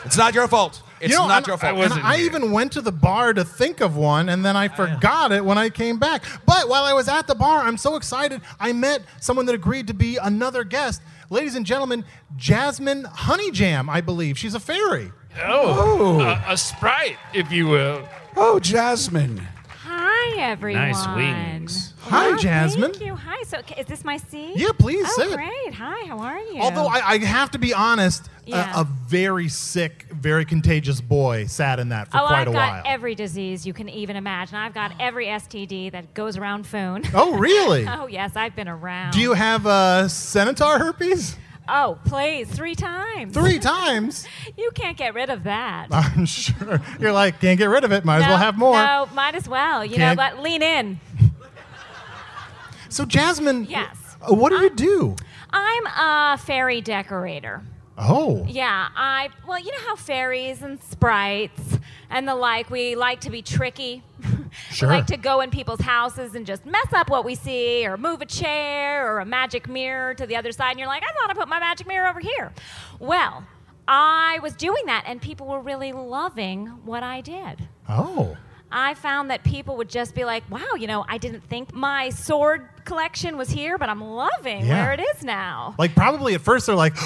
It's not your fault. It's You know, not and- your fault. and I even went to the bar to think of one, and then I forgot it when I came back. But while I was at the bar, I'm so excited. I met someone that agreed to be another guest. Ladies and gentlemen, Jasmine Honeyjam, I believe. She's a fairy. Oh, Oh. A, a sprite, if you will. Oh, Jasmine. Hi, everyone. Nice wings. Hi, Oh, Jasmine. Thank you. Hi. So, ca- is this my seat? Yeah, please oh, sit. Great. Hi. How are you? Although I, I have to be honest, a- Yeah. a, very sick, very contagious boy sat in that for oh, quite I've a got while. every disease you can even imagine. I've got every STD that goes around phone. Oh, really? oh, yes. I've been around. Do you have uh, senator herpes? Oh, please. Three times. Three times? you can't get rid of that. I'm sure. You're like, can't get rid of it. Might as well No, have more. No, might as well. You Can't- know, but lean in. So, Jasmine, Yes. uh, what do you do? I'm a fairy decorator. Oh. Yeah, I well, you know how fairies and sprites and the like, we like to be tricky. Sure. We like to go in people's houses and just mess up what we see or move a chair or a magic mirror to the other side and you're like, I thought I put my magic mirror over here. Well, I was doing that and people were really loving what I did. Oh. I found that people would just be like, wow, you know, I didn't think my sword collection was here, but I'm loving Yeah. where it is now. Like, probably at first they're like,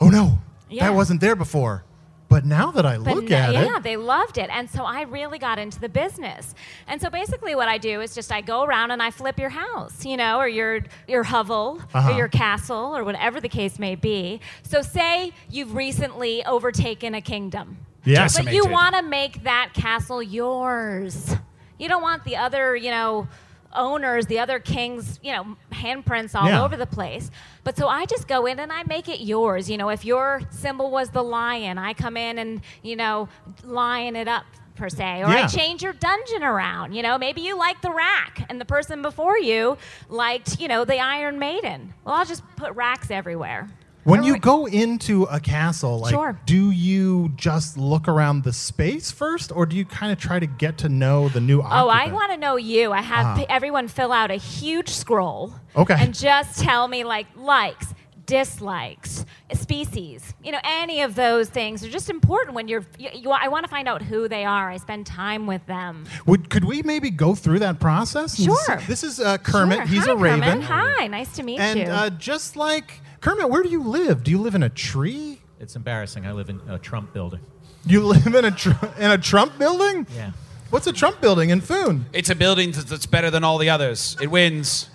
oh no, Yeah. that wasn't there before. But now that I But look no- at yeah, it, they loved it. And so I really got into the business. And so basically what I do is just I go around and I flip your house, you know, or your your hovel Uh-huh. or your castle or whatever the case may be. So say you've recently overtaken a kingdom. Yeah. But you Decimated. want to make that castle yours. You don't want the other, you know, owners, the other kings, you know, handprints all Yeah. over the place. But so I just go in and I make it yours. You know, if your symbol was the lion, I come in and, you know, lion it up per se. Or I Yeah. change your dungeon around. You know, maybe you like the rack and the person before you liked, you know, the Iron Maiden. Well, I'll just put racks everywhere. when you go into a castle, like, Sure. do you just look around the space first, or do you kind of try to get to know the new Oh, I occupant? want to know you. I have Ah. p- everyone fill out a huge scroll. Okay. And just tell me like likes, dislikes, species. You know, any of those things are just important when you're. You, you, I want to find out who they are. I spend time with them. Would could we maybe go through that process? and Sure. see- This is uh, Kermit. Sure. He's Hi, a raven. Kermit. Hi, nice to meet And you. uh, just like Kermit, where do you live? Do you live in a tree? It's embarrassing. I live in a Trump building. You live in a tr- in a Trump building? Yeah. What's a Trump building in Foon? It's a building th- that's better than all the others. It wins.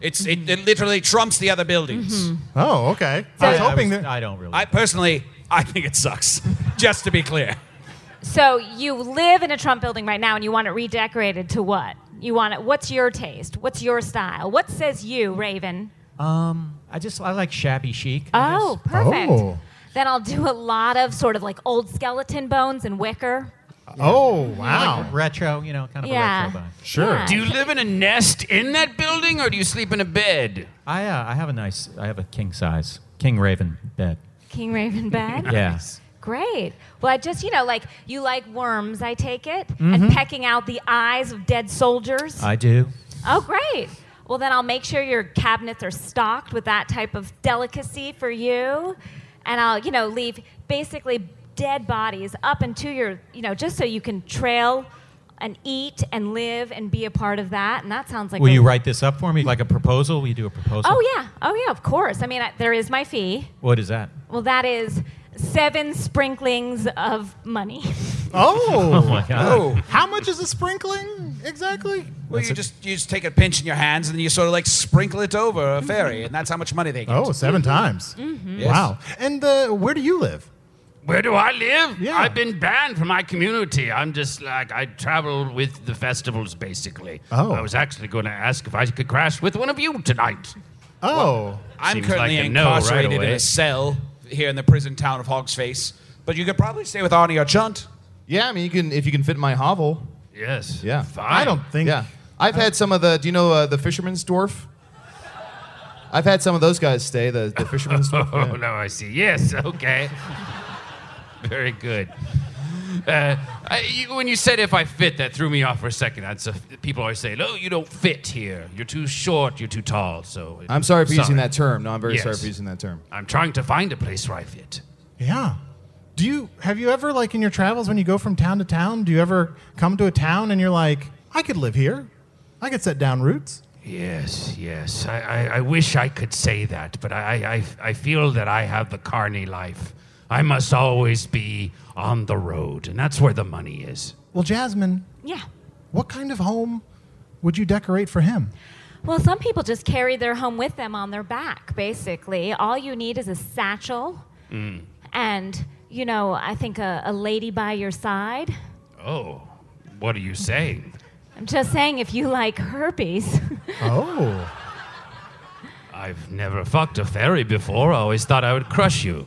It's, it, it literally trumps the other buildings. Oh, okay. So- I was hoping I was- that I don't really. I personally, I think it sucks. just to be clear. So you live in a Trump building right now, and you want it redecorated to what? You want it? What's your taste? What's your style? What says you, Raven? Um, I just I like shabby chic. I Oh, guess. perfect. Then I'll do a lot of sort of like old skeleton bones and wicker. Oh wow, retro. You know, kind of Yeah. a retro vibe. Yeah. Do you live in a nest in that building, or do you sleep in a bed? I uh, I have a nice I have a king size king raven bed. King Raven bed. Yeah. Great. Well, I just, you know, like you like worms, I take it, Mhm. and pecking out the eyes of dead soldiers. I do. Oh, great. Well, then I'll make sure your cabinets are stocked with that type of delicacy for you. And I'll, you know, leave basically dead bodies up into your, you know, just so you can trail and eat and live and be a part of that. And that sounds like Will a- you write this up for me? Like a proposal? Will you do a proposal? Oh, yeah. Oh, yeah, of course. I mean, I, there is my fee. What is that? Well, that is seven sprinklings of money. Oh. Oh, my God. Oh. How much is a sprinkling exactly? Well, you just you just take a pinch in your hands and you sort of like sprinkle it over a fairy, and that's how much money they get. Oh, seven times. Mhm. Wow. And uh, where do you live? Where do I live? I've been banned from my community. I'm just like, I travel with the festivals, basically. Oh. I was actually going to ask if I could crash with one of you tonight. Oh. I'm Seems currently like a no right incarcerated in away. a cell here in the prison town of Hogsface, but you could probably stay with Arnie or Chunt. Yeah, I mean, you can if you can fit in my hovel. Yes. Yeah. Fine. don't think. Yeah. I've had some of the. Do you know uh, the fisherman's dwarf? I've had some of those guys stay. The the fisherman's dwarf. Oh, yeah. no, I see. Yes, okay. Very good. Uh, I, you, when you said if I fit, that threw me off for a second. That's a, people always say, "No, you don't fit here. You're too short. You're too tall." So I'm sorry for using that term. No, I'm very sorry Yes. for using that term. I'm trying to find a place where I fit. Yeah. Do you have you ever like in your travels when you go from town to town, do you ever come to a town and you're like, I could live here. I could set down roots. Yes, yes. I, I, I wish I could say that, but I, I, I feel that I have the carny life. I must always be on the road, and that's where the money is. Well, Jasmine. Yeah. What kind of home would you decorate for him? Well, some people just carry their home with them on their back, basically. All you need is a satchel Mm. and, you know, I think a, a lady by your side. Oh, what are you saying? I'm just saying, if you like herpes, Oh. I've never fucked a fairy before. I always thought I would crush you.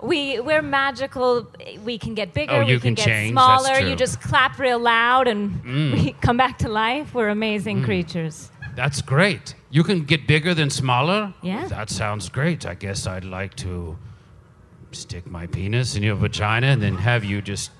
we, we're magical. We can get bigger, Oh, we you can can, get change, that's smaller. You true. just clap real loud and Mm. we come back to life. We're amazing Mm. creatures. That's great. You can get bigger than smaller? Yeah. That sounds great. I guess I'd like to stick my penis in your vagina and then have you just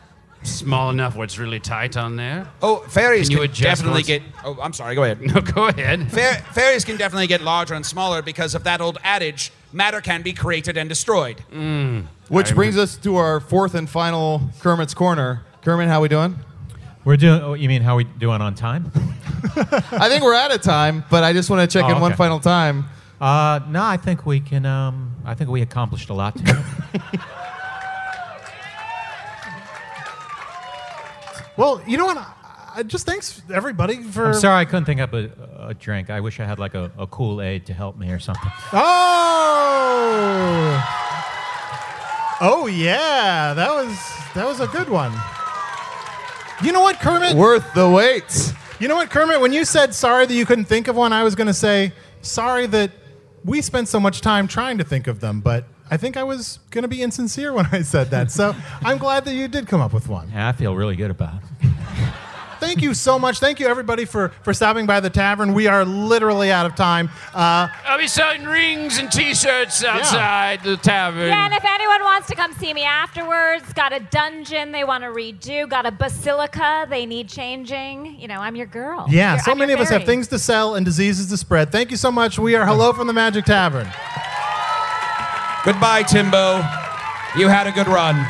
small enough where it's really tight on there. Oh, fairies can, Can you adjust definitely once- get. Oh, I'm sorry. Go ahead. No, go ahead. Fair, fairies can definitely get larger and smaller because of that old adage: matter can be created and destroyed. Mm. Which brings us to our fourth and final Kermit's corner. Kermit, how we doing? We're doing. Oh, you mean how we doing on time? I think we're out of time, but I just want to check Oh, in one okay. final time. Uh, no, I think we can. Um, I think we accomplished a lot. Today. Well, you know what? I, I just thanks everybody for I'm sorry I couldn't think up a, a drink. I wish I had like a, a Kool Aid to help me or something. Oh. Oh yeah, that was that was a good one. You know what, Kermit? Worth the wait. You know what, Kermit? When you said sorry that you couldn't think of one, I was going to say sorry that we spent so much time trying to think of them, but I think I was going to be insincere when I said that. So I'm glad that you did come up with one. Yeah, I feel really good about it. Thank you so much. Thank you everybody for for stopping by the tavern. We are literally out of time. Uh, I'll be selling rings and t shirts outside the tavern. Yeah, and if anyone wants to come see me afterwards, got a dungeon they want to redo, got a basilica they need changing, you know, I'm your girl. Yeah, You're- so I'm your many of us have fairy. things to sell and diseases to spread. Thank you so much. We are Hello from the Magic Tavern. Goodbye, Timbo. You had a good run.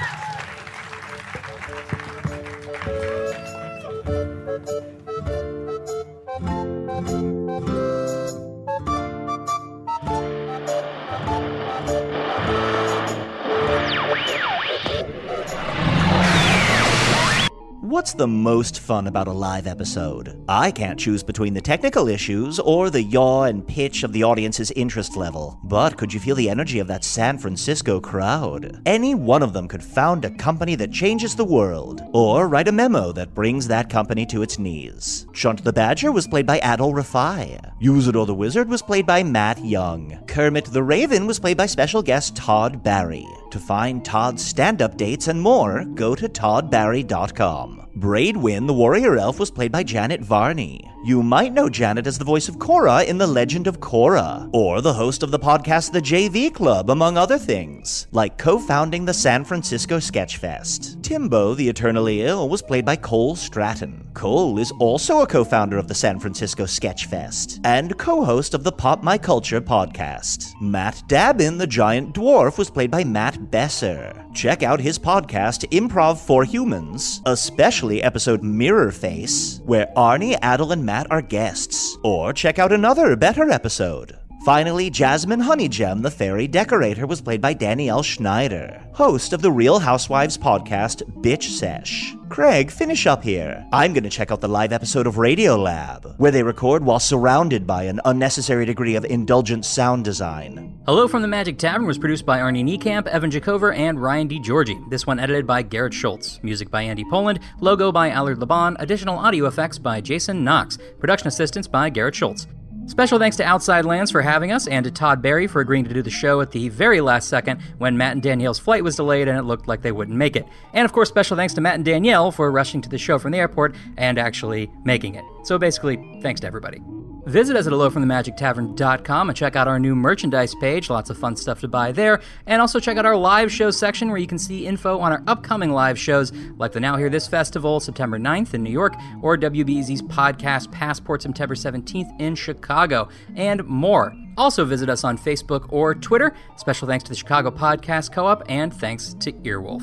What's the most fun about a live episode? I can't choose between the technical issues or the yaw and pitch of the audience's interest level. But could you feel the energy of that San Francisco crowd? Any one of them could found a company that changes the world, or write a memo that brings that company to its knees. Chunt the Badger was played by Adol Rafai. Usador the Wizard was played by Matt Young. Kermit the Raven was played by special guest Todd Barry. To find Todd's stand up dates and more, go to toddbarry.com. Braidwin, the warrior elf, was played by Janet Varney. You might know Janet as the voice of Cora in The Legend of Cora, or the host of the podcast The JV Club, among other things, like co founding the San Francisco Sketch Fest. Timbo, the eternally ill, was played by Cole Stratton. Cole is also a co founder of the San Francisco Sketch Fest and co host of the Pop My Culture podcast. Matt Dabin, the giant dwarf, was played by Matt Besser. Check out his podcast, Improv for Humans, especially episode Mirror Face, where Arnie, Adel, and Matt are guests. Or check out another, better episode. Finally, Jasmine Honeygem, the fairy decorator, was played by Danielle Schneider, host of the Real Housewives podcast Bitch Sesh. Craig, finish up here. I'm going to check out the live episode of Radiolab, where they record while surrounded by an unnecessary degree of indulgent sound design. Hello from the Magic Tavern was produced by Arnie Niekamp, Evan Jacover, and Ryan D. Georgie. This one edited by Garrett Schultz. Music by Andy Poland. Logo by Allard Laban. Additional audio effects by Jason Knox. Production assistance by Garrett Schultz. Special thanks to Outside Lands for having us and to Todd Barry for agreeing to do the show at the very last second when Matt and Danielle's flight was delayed and it looked like they wouldn't make it. And of course, special thanks to Matt and Danielle for rushing to the show from the airport and actually making it. So basically, thanks to everybody. Visit us at hellofromthemagictavern.com and check out our new merchandise page. Lots of fun stuff to buy there. And also check out our live show section where you can see info on our upcoming live shows like the Now Hear This Festival September 9th in New York or WBEZ's podcast Passport September 17th in Chicago and more. Also visit us on Facebook or Twitter. Special thanks to the Chicago Podcast Co-op and thanks to Earwolf.